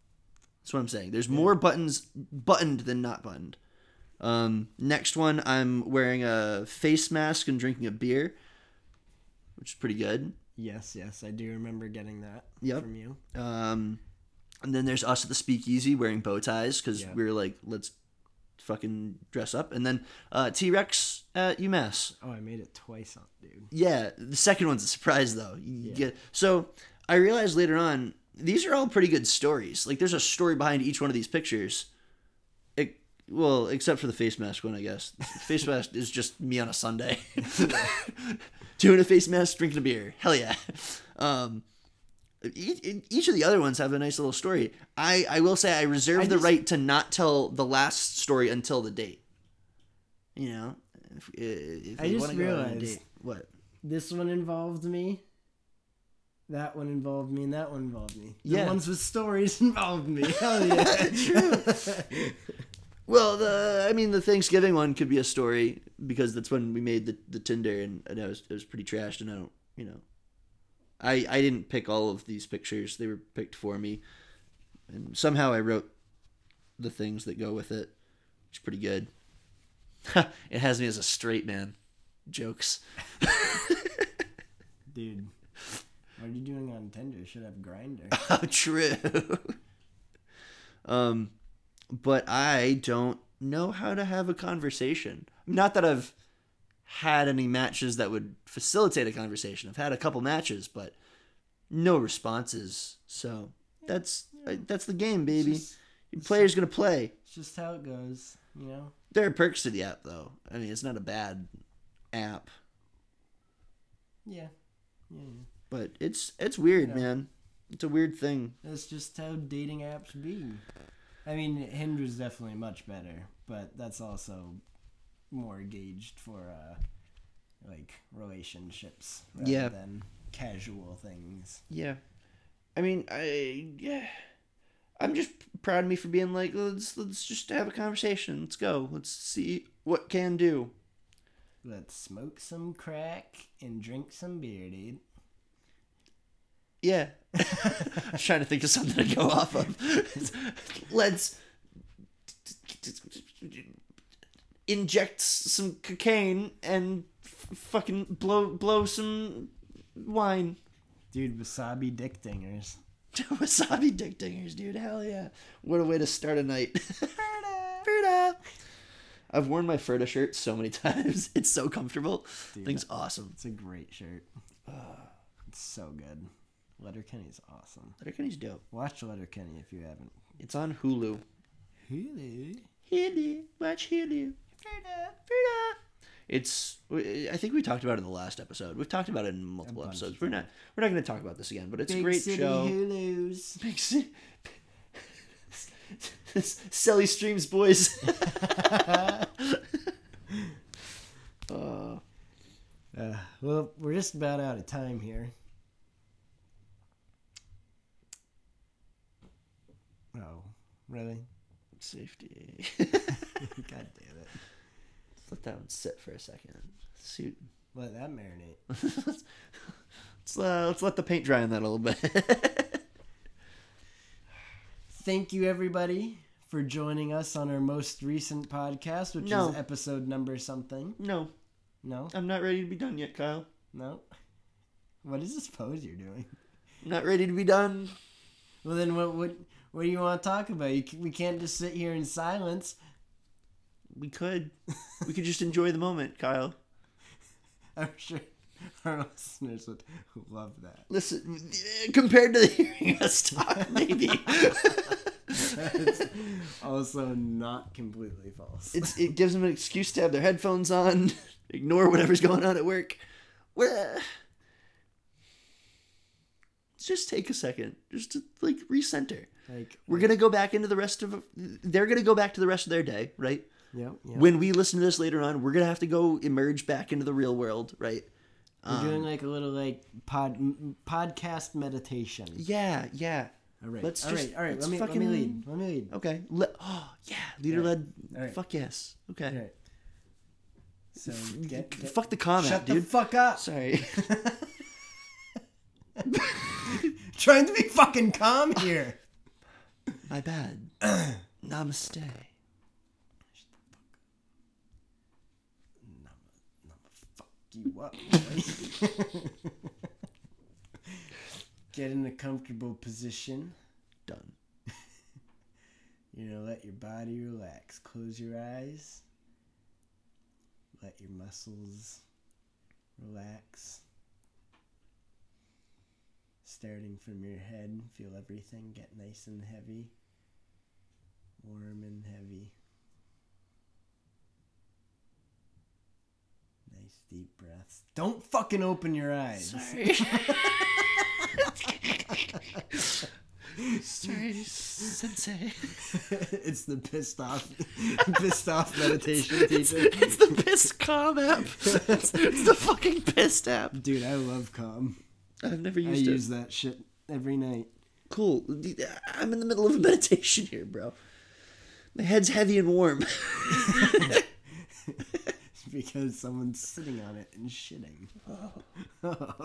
[SPEAKER 1] That's what I'm saying. There's more buttons buttoned than not buttoned. Um, next one, I'm wearing a face mask and drinking a beer, which is pretty good.
[SPEAKER 2] Yes, yes, I do remember getting that
[SPEAKER 1] Yep.
[SPEAKER 2] from you.
[SPEAKER 1] Um, and then there's us at the speakeasy wearing bow ties because
[SPEAKER 2] Yeah.
[SPEAKER 1] we were like, let's fucking dress up. And then uh, T Rex at UMass.
[SPEAKER 2] Oh, I made it twice, on, dude.
[SPEAKER 1] Yeah, the second one's a surprise though. You get- so I realized later on these are all pretty good stories. Like there's a story behind each one of these pictures. It, well, except for the face mask one, I guess. The face mask is just me on a Sunday, doing a face mask, drinking a beer. Hell yeah. Um, each, each of the other ones have a nice little story. I, I will say I reserve
[SPEAKER 2] I
[SPEAKER 1] the
[SPEAKER 2] just-
[SPEAKER 1] right to not tell the last story until the date. You know, if, if
[SPEAKER 2] I
[SPEAKER 1] we
[SPEAKER 2] just
[SPEAKER 1] wanna go out on a
[SPEAKER 2] realized-
[SPEAKER 1] date, what
[SPEAKER 2] This one involved me. That one involved me, and that one involved me. The
[SPEAKER 1] Yeah.
[SPEAKER 2] ones with stories involved me. Hell yeah, true.
[SPEAKER 1] Well, the I mean, the Thanksgiving one could be a story because that's when we made the, the Tinder, and, and I was it was pretty trashed, and I don't, you know, I I didn't pick all of these pictures; they were picked for me, and somehow I wrote the things that go with it, which is pretty good. it has me as a straight man. Jokes.
[SPEAKER 2] dude. What are you doing on Tinder? You Should have Grinder.
[SPEAKER 1] How true. um, but I don't know how to have a conversation. Not that I've had any matches that would facilitate a conversation. I've had a couple matches, but no responses. So that's I, that's the game, baby.
[SPEAKER 2] Just-
[SPEAKER 1] Your player's gonna play.
[SPEAKER 2] It's just how it goes, you know.
[SPEAKER 1] There are perks to the app, though. I mean, it's not a bad app,
[SPEAKER 2] Yeah, yeah. yeah.
[SPEAKER 1] but it's it's weird,
[SPEAKER 2] Yeah.
[SPEAKER 1] man. It's a weird thing.
[SPEAKER 2] That's just how dating apps be. I mean, Hinge is definitely much better, but that's also more gauged for uh, like relationships rather
[SPEAKER 1] Yeah.
[SPEAKER 2] than casual things.
[SPEAKER 1] Yeah. I mean, I yeah. I'm just proud of me for being like, let's let's just have a conversation. Let's go. Let's see what can do.
[SPEAKER 2] Let's smoke some crack and drink some beer, dude.
[SPEAKER 1] Yeah. I was trying to think of something to go off of. let's inject some cocaine and f- fucking blow blow some wine.
[SPEAKER 2] Dude, wasabi dick dingers.
[SPEAKER 1] Wasabi dick dingers, dude. Hell yeah. What a way to start a night. Ferda. I've worn my Ferda shirt so many times. It's so comfortable. Thing's awesome.
[SPEAKER 2] It's a great shirt. It's so good. Letterkenny's awesome.
[SPEAKER 1] Letterkenny's dope.
[SPEAKER 2] Watch Letterkenny if you haven't.
[SPEAKER 1] It's on Hulu.
[SPEAKER 2] Really?
[SPEAKER 1] Hulu. Watch Hulu. Ferda. Ferda. It's. I think we talked about it in the last episode. We've talked about it in multiple
[SPEAKER 2] bunch
[SPEAKER 1] episodes.
[SPEAKER 2] of
[SPEAKER 1] We're not. We're not going to talk about this again. But it's
[SPEAKER 2] Big
[SPEAKER 1] a great
[SPEAKER 2] City
[SPEAKER 1] show.
[SPEAKER 2] Hulus.
[SPEAKER 1] Big City. Selly streams, boys.
[SPEAKER 2] Uh, well, we're just about out of time here. Oh, really?
[SPEAKER 1] Safety.
[SPEAKER 2] God damn it.
[SPEAKER 1] Let that one sit for a second. Suit.
[SPEAKER 2] Let that marinate.
[SPEAKER 1] Let's, uh, let's let the paint dry on that a little bit.
[SPEAKER 2] Thank you, everybody, for joining us on our most recent podcast, which
[SPEAKER 1] No.
[SPEAKER 2] is episode number something.
[SPEAKER 1] No,
[SPEAKER 2] No,
[SPEAKER 1] I'm not ready to be done yet, Kyle.
[SPEAKER 2] no. What is this pose you're doing?
[SPEAKER 1] I'm not ready to be done.
[SPEAKER 2] Well, then what? What? What do you want to talk about? You, c- we can't just sit here in silence.
[SPEAKER 1] We could. We could just enjoy the moment, Kyle.
[SPEAKER 2] I'm sure our listeners would love that.
[SPEAKER 1] Listen, eh, compared to hearing us talk, maybe.
[SPEAKER 2] That's also not completely false.
[SPEAKER 1] it's, it gives them an excuse to have their headphones on, ignore whatever's going on at work. Well, let's just take a second, just to like recenter.
[SPEAKER 2] like,
[SPEAKER 1] We're gonna go back into the rest of. They're gonna go back to the rest of their day, right?
[SPEAKER 2] yep, yep.
[SPEAKER 1] When we listen to this later on, we're gonna have to go emerge back into the real world, right?
[SPEAKER 2] We're
[SPEAKER 1] Um,
[SPEAKER 2] doing like a little like pod m- podcast meditation.
[SPEAKER 1] Yeah, yeah.
[SPEAKER 2] All right,
[SPEAKER 1] let's
[SPEAKER 2] all
[SPEAKER 1] just-
[SPEAKER 2] right, all right.
[SPEAKER 1] let's
[SPEAKER 2] Let me let me
[SPEAKER 1] fucking-
[SPEAKER 2] lead. Let me lead.
[SPEAKER 1] Okay. Le- oh yeah, leader led.
[SPEAKER 2] Alright.
[SPEAKER 1] Fuck yes. Okay.
[SPEAKER 2] All right. So get, get
[SPEAKER 1] Fuck the comment,
[SPEAKER 2] shut
[SPEAKER 1] dude.
[SPEAKER 2] the fuck up.
[SPEAKER 1] Sorry.
[SPEAKER 2] Trying to be fucking calm here.
[SPEAKER 1] My bad. Namaste.
[SPEAKER 2] fuck you up. boy. Get in a comfortable position.
[SPEAKER 1] Done.
[SPEAKER 2] You know, let your body relax. Close your eyes. Let your muscles relax. Starting from your head, feel everything get nice and heavy. Warm and heavy. Nice deep breaths. Don't fucking open your eyes.
[SPEAKER 1] Sorry. Sorry, sensei.
[SPEAKER 2] it's the pissed off, pissed off meditation
[SPEAKER 1] It's,
[SPEAKER 2] teacher.
[SPEAKER 1] it's the piss calm app. It's, it's the fucking pissed app.
[SPEAKER 2] Dude, I love calm.
[SPEAKER 1] I've never
[SPEAKER 2] I
[SPEAKER 1] used it.
[SPEAKER 2] use that shit every night.
[SPEAKER 1] Cool. I'm in the middle of a meditation here, bro. My head's heavy and warm.
[SPEAKER 2] It's because someone's sitting on it and shitting.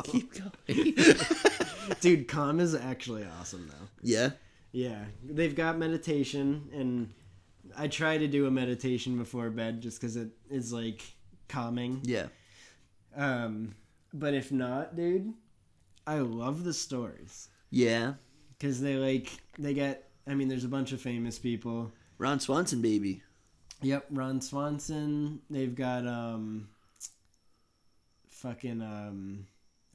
[SPEAKER 1] Keep going.
[SPEAKER 2] Dude, calm is actually awesome though.
[SPEAKER 1] Yeah.
[SPEAKER 2] Yeah, they've got meditation, and I try to do a meditation before bed just because it is like calming.
[SPEAKER 1] Yeah.
[SPEAKER 2] Um, but if not, dude, I love the stories
[SPEAKER 1] Yeah.
[SPEAKER 2] because they like they get. I mean, there's a bunch of famous people.
[SPEAKER 1] Ron Swanson, baby.
[SPEAKER 2] Yep, Ron Swanson. They've got um fucking um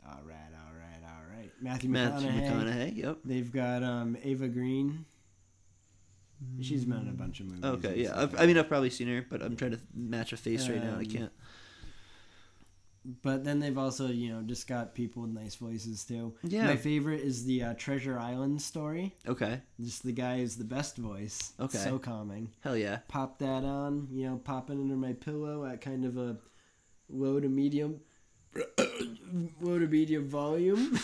[SPEAKER 2] all right, all right, all right. Matthew,
[SPEAKER 1] Matthew
[SPEAKER 2] McConaughey.
[SPEAKER 1] McConaughey. Yep.
[SPEAKER 2] They've got um Ava Green. She's been in a bunch of movies. and
[SPEAKER 1] Okay. Yeah.
[SPEAKER 2] stuff.
[SPEAKER 1] I've, I mean, uh, I've probably seen her, but I'm trying to match a face right now. I
[SPEAKER 2] Um,
[SPEAKER 1] can't.
[SPEAKER 2] But then they've also, you know, just got people with nice voices too.
[SPEAKER 1] Yeah.
[SPEAKER 2] My favorite is the uh, Treasure Island story.
[SPEAKER 1] Okay.
[SPEAKER 2] Just the guy is the best voice. It's
[SPEAKER 1] Okay.
[SPEAKER 2] So calming.
[SPEAKER 1] Hell yeah.
[SPEAKER 2] Pop that on, you know, pop it under my pillow at kind of a low to medium low to medium volume.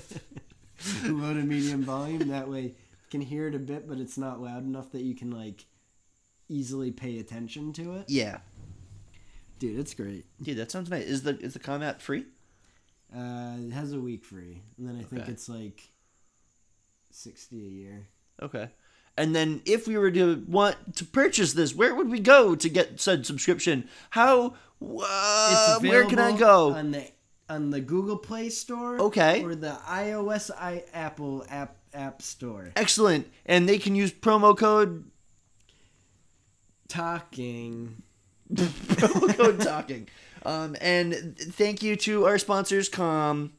[SPEAKER 2] low to medium volume. That way you can hear it a bit, but it's not loud enough that you can like easily pay attention to it.
[SPEAKER 1] Yeah.
[SPEAKER 2] Dude, it's great.
[SPEAKER 1] Dude, that sounds nice. Is the is the com app free?
[SPEAKER 2] Uh, it has a week free, and then I think
[SPEAKER 1] Okay.
[SPEAKER 2] it's like sixty a year.
[SPEAKER 1] Okay. And then if we were to want to purchase this, where would we go to get said subscription? How? Uh, where can I
[SPEAKER 2] available
[SPEAKER 1] go?
[SPEAKER 2] on the on the Google Play Store?
[SPEAKER 1] Okay.
[SPEAKER 2] or the iOS i Apple app app store.
[SPEAKER 1] Excellent. And they can use promo code
[SPEAKER 2] Talking.
[SPEAKER 1] promo code talking. Um, and thank you to our sponsors, Com.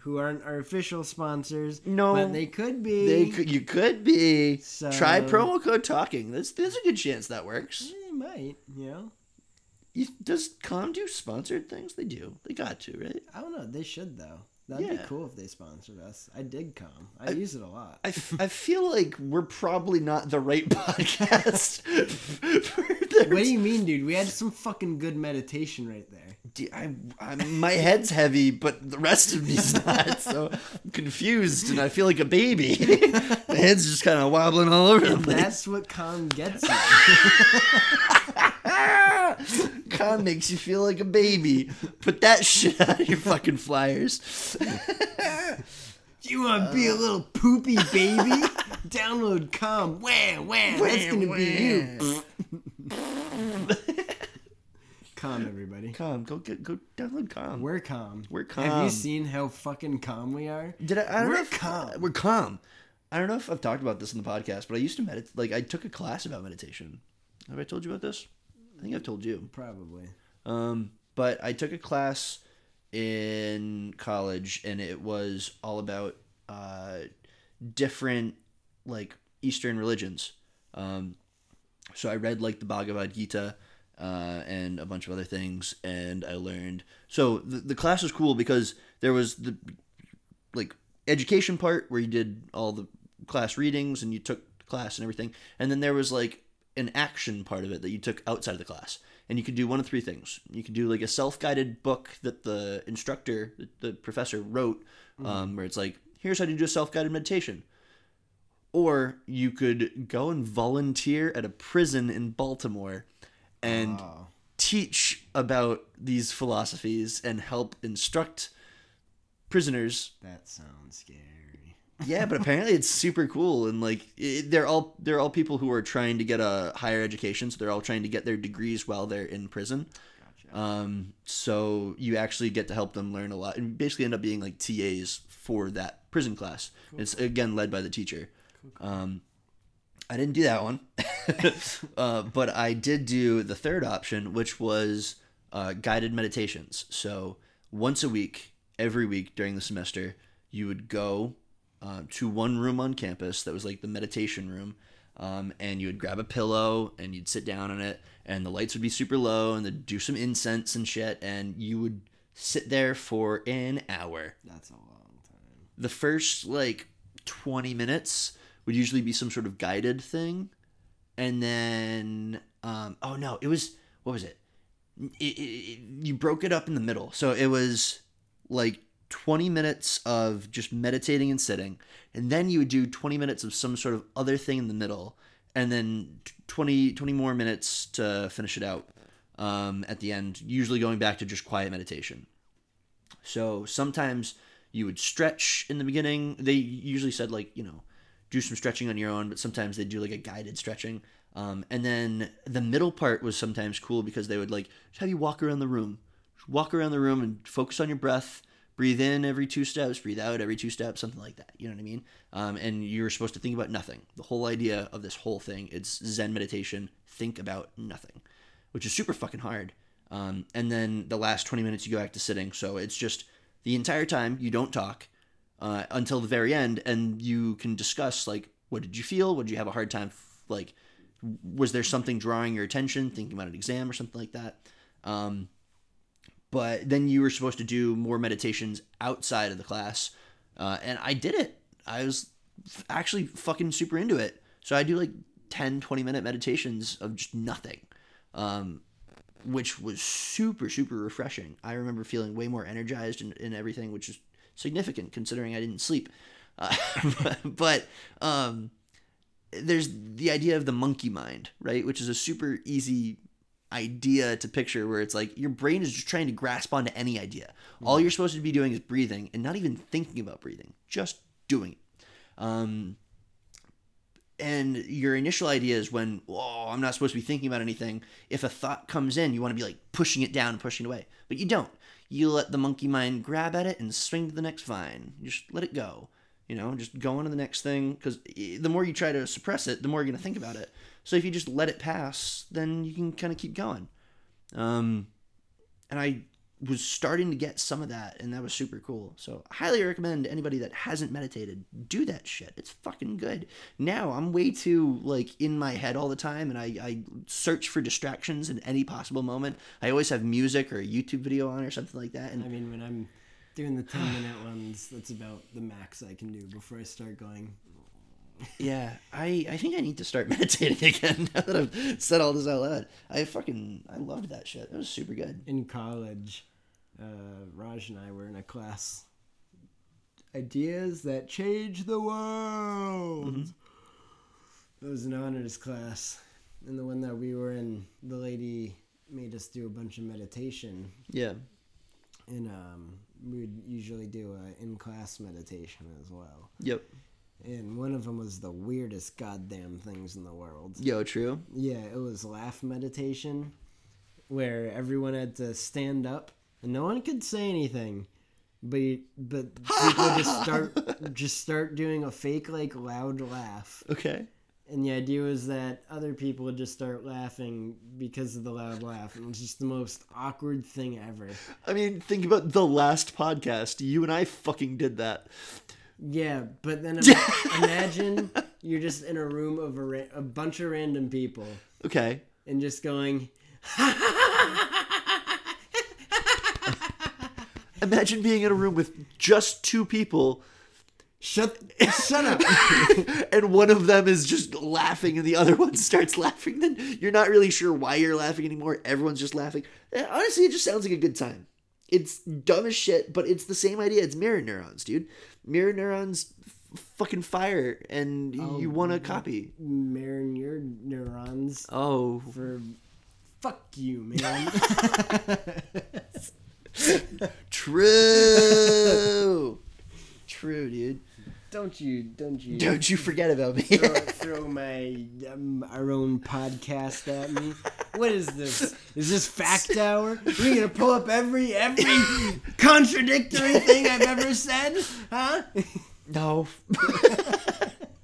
[SPEAKER 2] Who aren't our official sponsors?
[SPEAKER 1] No.
[SPEAKER 2] but they could be.
[SPEAKER 1] They could, you could be
[SPEAKER 2] So-
[SPEAKER 1] try promo code talking. There's there's a good chance that works.
[SPEAKER 2] They might. You know,
[SPEAKER 1] You, does Com do sponsored things? They do. They got to right.
[SPEAKER 2] I don't know. They should though. That'd be
[SPEAKER 1] Yeah.
[SPEAKER 2] cool if they sponsored us. I dig com. I, use it a lot.
[SPEAKER 1] I, f- I feel like we're probably not the right podcast. for their-
[SPEAKER 2] what do you mean, dude? We had some fucking good meditation right there.
[SPEAKER 1] D- I, am my head's heavy, but the rest of me's not. So I'm confused, and I feel like a baby. my head's just kind of wobbling all over the place.
[SPEAKER 2] That's what calm gets you.
[SPEAKER 1] Con makes you feel like a baby. Put that shit out of your fucking flyers. Uh.
[SPEAKER 2] you want to be a little poopy baby? Download com. Wah, wah. That's gonna be you. calm, everybody.
[SPEAKER 1] Calm. Go get go download calm.
[SPEAKER 2] We're calm.
[SPEAKER 1] We're
[SPEAKER 2] Have
[SPEAKER 1] calm.
[SPEAKER 2] you seen how fucking calm we are?
[SPEAKER 1] Did I? I don't
[SPEAKER 2] We're
[SPEAKER 1] know if,
[SPEAKER 2] calm.
[SPEAKER 1] We're calm. I don't know if I've talked about this in the podcast, but I used to meditate. Like I took a class about meditation. Have I told you about this? I think I've told you.
[SPEAKER 2] Probably.
[SPEAKER 1] Um, but I took a class in college, and it was all about uh, different like Eastern religions. Um, so I read like the Bhagavad Gita uh, and a bunch of other things, and I learned. So the, the class was cool because there was the like education part where you did all the class readings and you took class and everything and then there was like an action part of it that you took outside of the class and you could do one of three things you could do like a self-guided book that the instructor that the professor wrote um, where it's like here's how to do a self-guided meditation or you could go and volunteer at a prison in baltimore and
[SPEAKER 2] Oh.
[SPEAKER 1] teach about these philosophies and help instruct prisoners
[SPEAKER 2] That sounds scary.
[SPEAKER 1] yeah, but apparently it's super cool and like it, they're all they're all people who are trying to get a higher education, so they're all trying to get their degrees while they're in prison.
[SPEAKER 2] Gotcha.
[SPEAKER 1] Um, so you actually get to help them learn a lot and basically end up being like TAs for that prison class. It's again led by the teacher. Um, I didn't do that one, uh, but I did do the third option, which was uh, guided meditations. So once a week, every week during the semester, you would go uh, to one room on campus that was like the meditation room. Um, and you would grab a pillow and you'd sit down on it, and the lights would be super low, and they'd do some incense and shit, and you would sit there for an hour
[SPEAKER 2] That's a long time.
[SPEAKER 1] the first like 20 minutes would usually be some sort of guided thing and then um oh no it was what was it? It, it, it you broke it up in the middle so it was like 20 minutes of just meditating and sitting and then you would do 20 minutes of some sort of other thing in the middle and then 20 20 more minutes to finish it out um, at the end usually going back to just quiet meditation so sometimes you would stretch in the beginning. They usually said like you know do some stretching on your own, but sometimes they do like a guided stretching. Um, and then the middle part was sometimes cool because they would like just have you walk around the room, just walk around the room and focus on your breath. Breathe in every two steps, breathe out every two steps, something like that. You know what I mean? Um, and you're supposed to think about nothing. The whole idea of this whole thing, it's Zen meditation. Think about nothing which is super fucking hard. Um, and then the last 20 minutes you go back to sitting. So it's just the entire time you don't talk uh, until the very end, and you can discuss like what did you feel? Would you have a hard time? f- Like, was there something drawing your attention? Thinking about an exam or something like that. Um, but then you were supposed to do more meditations outside of the class, uh, and I did it. I was f- actually fucking super into it. So I do like 10, 20 minute meditations of just nothing um, which was super super refreshing. I remember feeling way more energized and, and everything, which is significant considering I didn't sleep. Uh, but um, there's the idea of the monkey mind, right? Which is a super easy idea to picture where it's like your brain is just trying to grasp onto any idea. All you're supposed to be doing is breathing and not even thinking about breathing, just doing it. Um, and your initial idea is when oh i'm not supposed to be thinking about anything if a thought comes in you want to be like pushing it down and pushing it away but you don't you let the monkey mind grab at it and swing to the next vine you just let it go you know just go on to the next thing because the more you try to suppress it the more you're going to think about it so if you just let it pass then you can kind of keep going um, and i was starting to get some of that and that was super cool so I highly recommend anybody that hasn't meditated do that shit it's fucking good now i'm way too like in my head all the time and i, I search for distractions in any possible moment i always have music or a youtube video on or something like that
[SPEAKER 2] I
[SPEAKER 1] and
[SPEAKER 2] mean, when I'm doing the 10 minute ones, that's about the max I can do before I start going.
[SPEAKER 1] yeah i, I think i need to start meditating again now that i've said all this out loud i fucking i loved that shit it was super good
[SPEAKER 2] In college, uh, Raj and I were in a class. Ideas that change the world. It was an honors class. And the one that we were in, the lady made us do a bunch of meditation
[SPEAKER 1] yeah
[SPEAKER 2] and um, we would usually do a in-class meditation as well.
[SPEAKER 1] yep
[SPEAKER 2] and one of them was the weirdest goddamn things in the world.
[SPEAKER 1] Yo, true.
[SPEAKER 2] Yeah, it was laugh meditation where everyone had to stand up and no one could say anything. But you, but people just start just start doing a fake like loud laugh.
[SPEAKER 1] Okay.
[SPEAKER 2] And the idea was that other people would just start laughing because of the loud laugh. And it was just the most awkward thing ever.
[SPEAKER 1] I mean, think about the last podcast. You and I fucking did that.
[SPEAKER 2] Yeah, but then im- imagine you're just in a room of a, ra- a bunch of random people
[SPEAKER 1] Okay.
[SPEAKER 2] and just going,
[SPEAKER 1] Imagine being in a room with just two people
[SPEAKER 2] shut, shut up.
[SPEAKER 1] and one of them is just laughing and the other one starts laughing. Then you're not really sure why you're laughing anymore. Everyone's just laughing. Eh, Honestly, it just sounds like a good time. It's dumb as shit, but it's the same idea. It's mirror neurons, dude. Mirror neurons f- fucking fire and you want to copy.
[SPEAKER 2] Marin your neurons
[SPEAKER 1] Oh.
[SPEAKER 2] for fuck you, man.
[SPEAKER 1] True. True, dude.
[SPEAKER 2] don't you, don't you.
[SPEAKER 1] Don't you forget about me.
[SPEAKER 2] Throw, throw my um, our own podcast at me. What is this? Is this fact hour? We're gonna pull up every every contradictory thing I've ever said, huh?
[SPEAKER 1] no.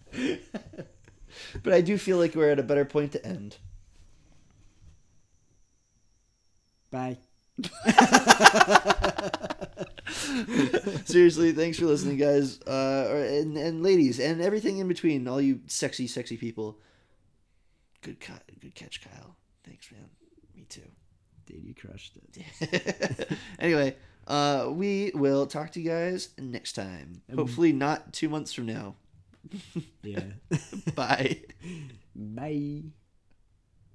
[SPEAKER 1] but I do feel like we're at a better point to end.
[SPEAKER 2] Bye.
[SPEAKER 1] Seriously, thanks for listening, guys, uh, or- and and ladies, and everything in between, all you sexy, sexy people. Good, cut, good catch, Kyle. Thanks, man. Me too.
[SPEAKER 2] Dude, you crushed it.
[SPEAKER 1] anyway, uh, we will talk to you guys next time. Hopefully, not two months from now.
[SPEAKER 2] Yeah.
[SPEAKER 1] Bye.
[SPEAKER 2] Bye.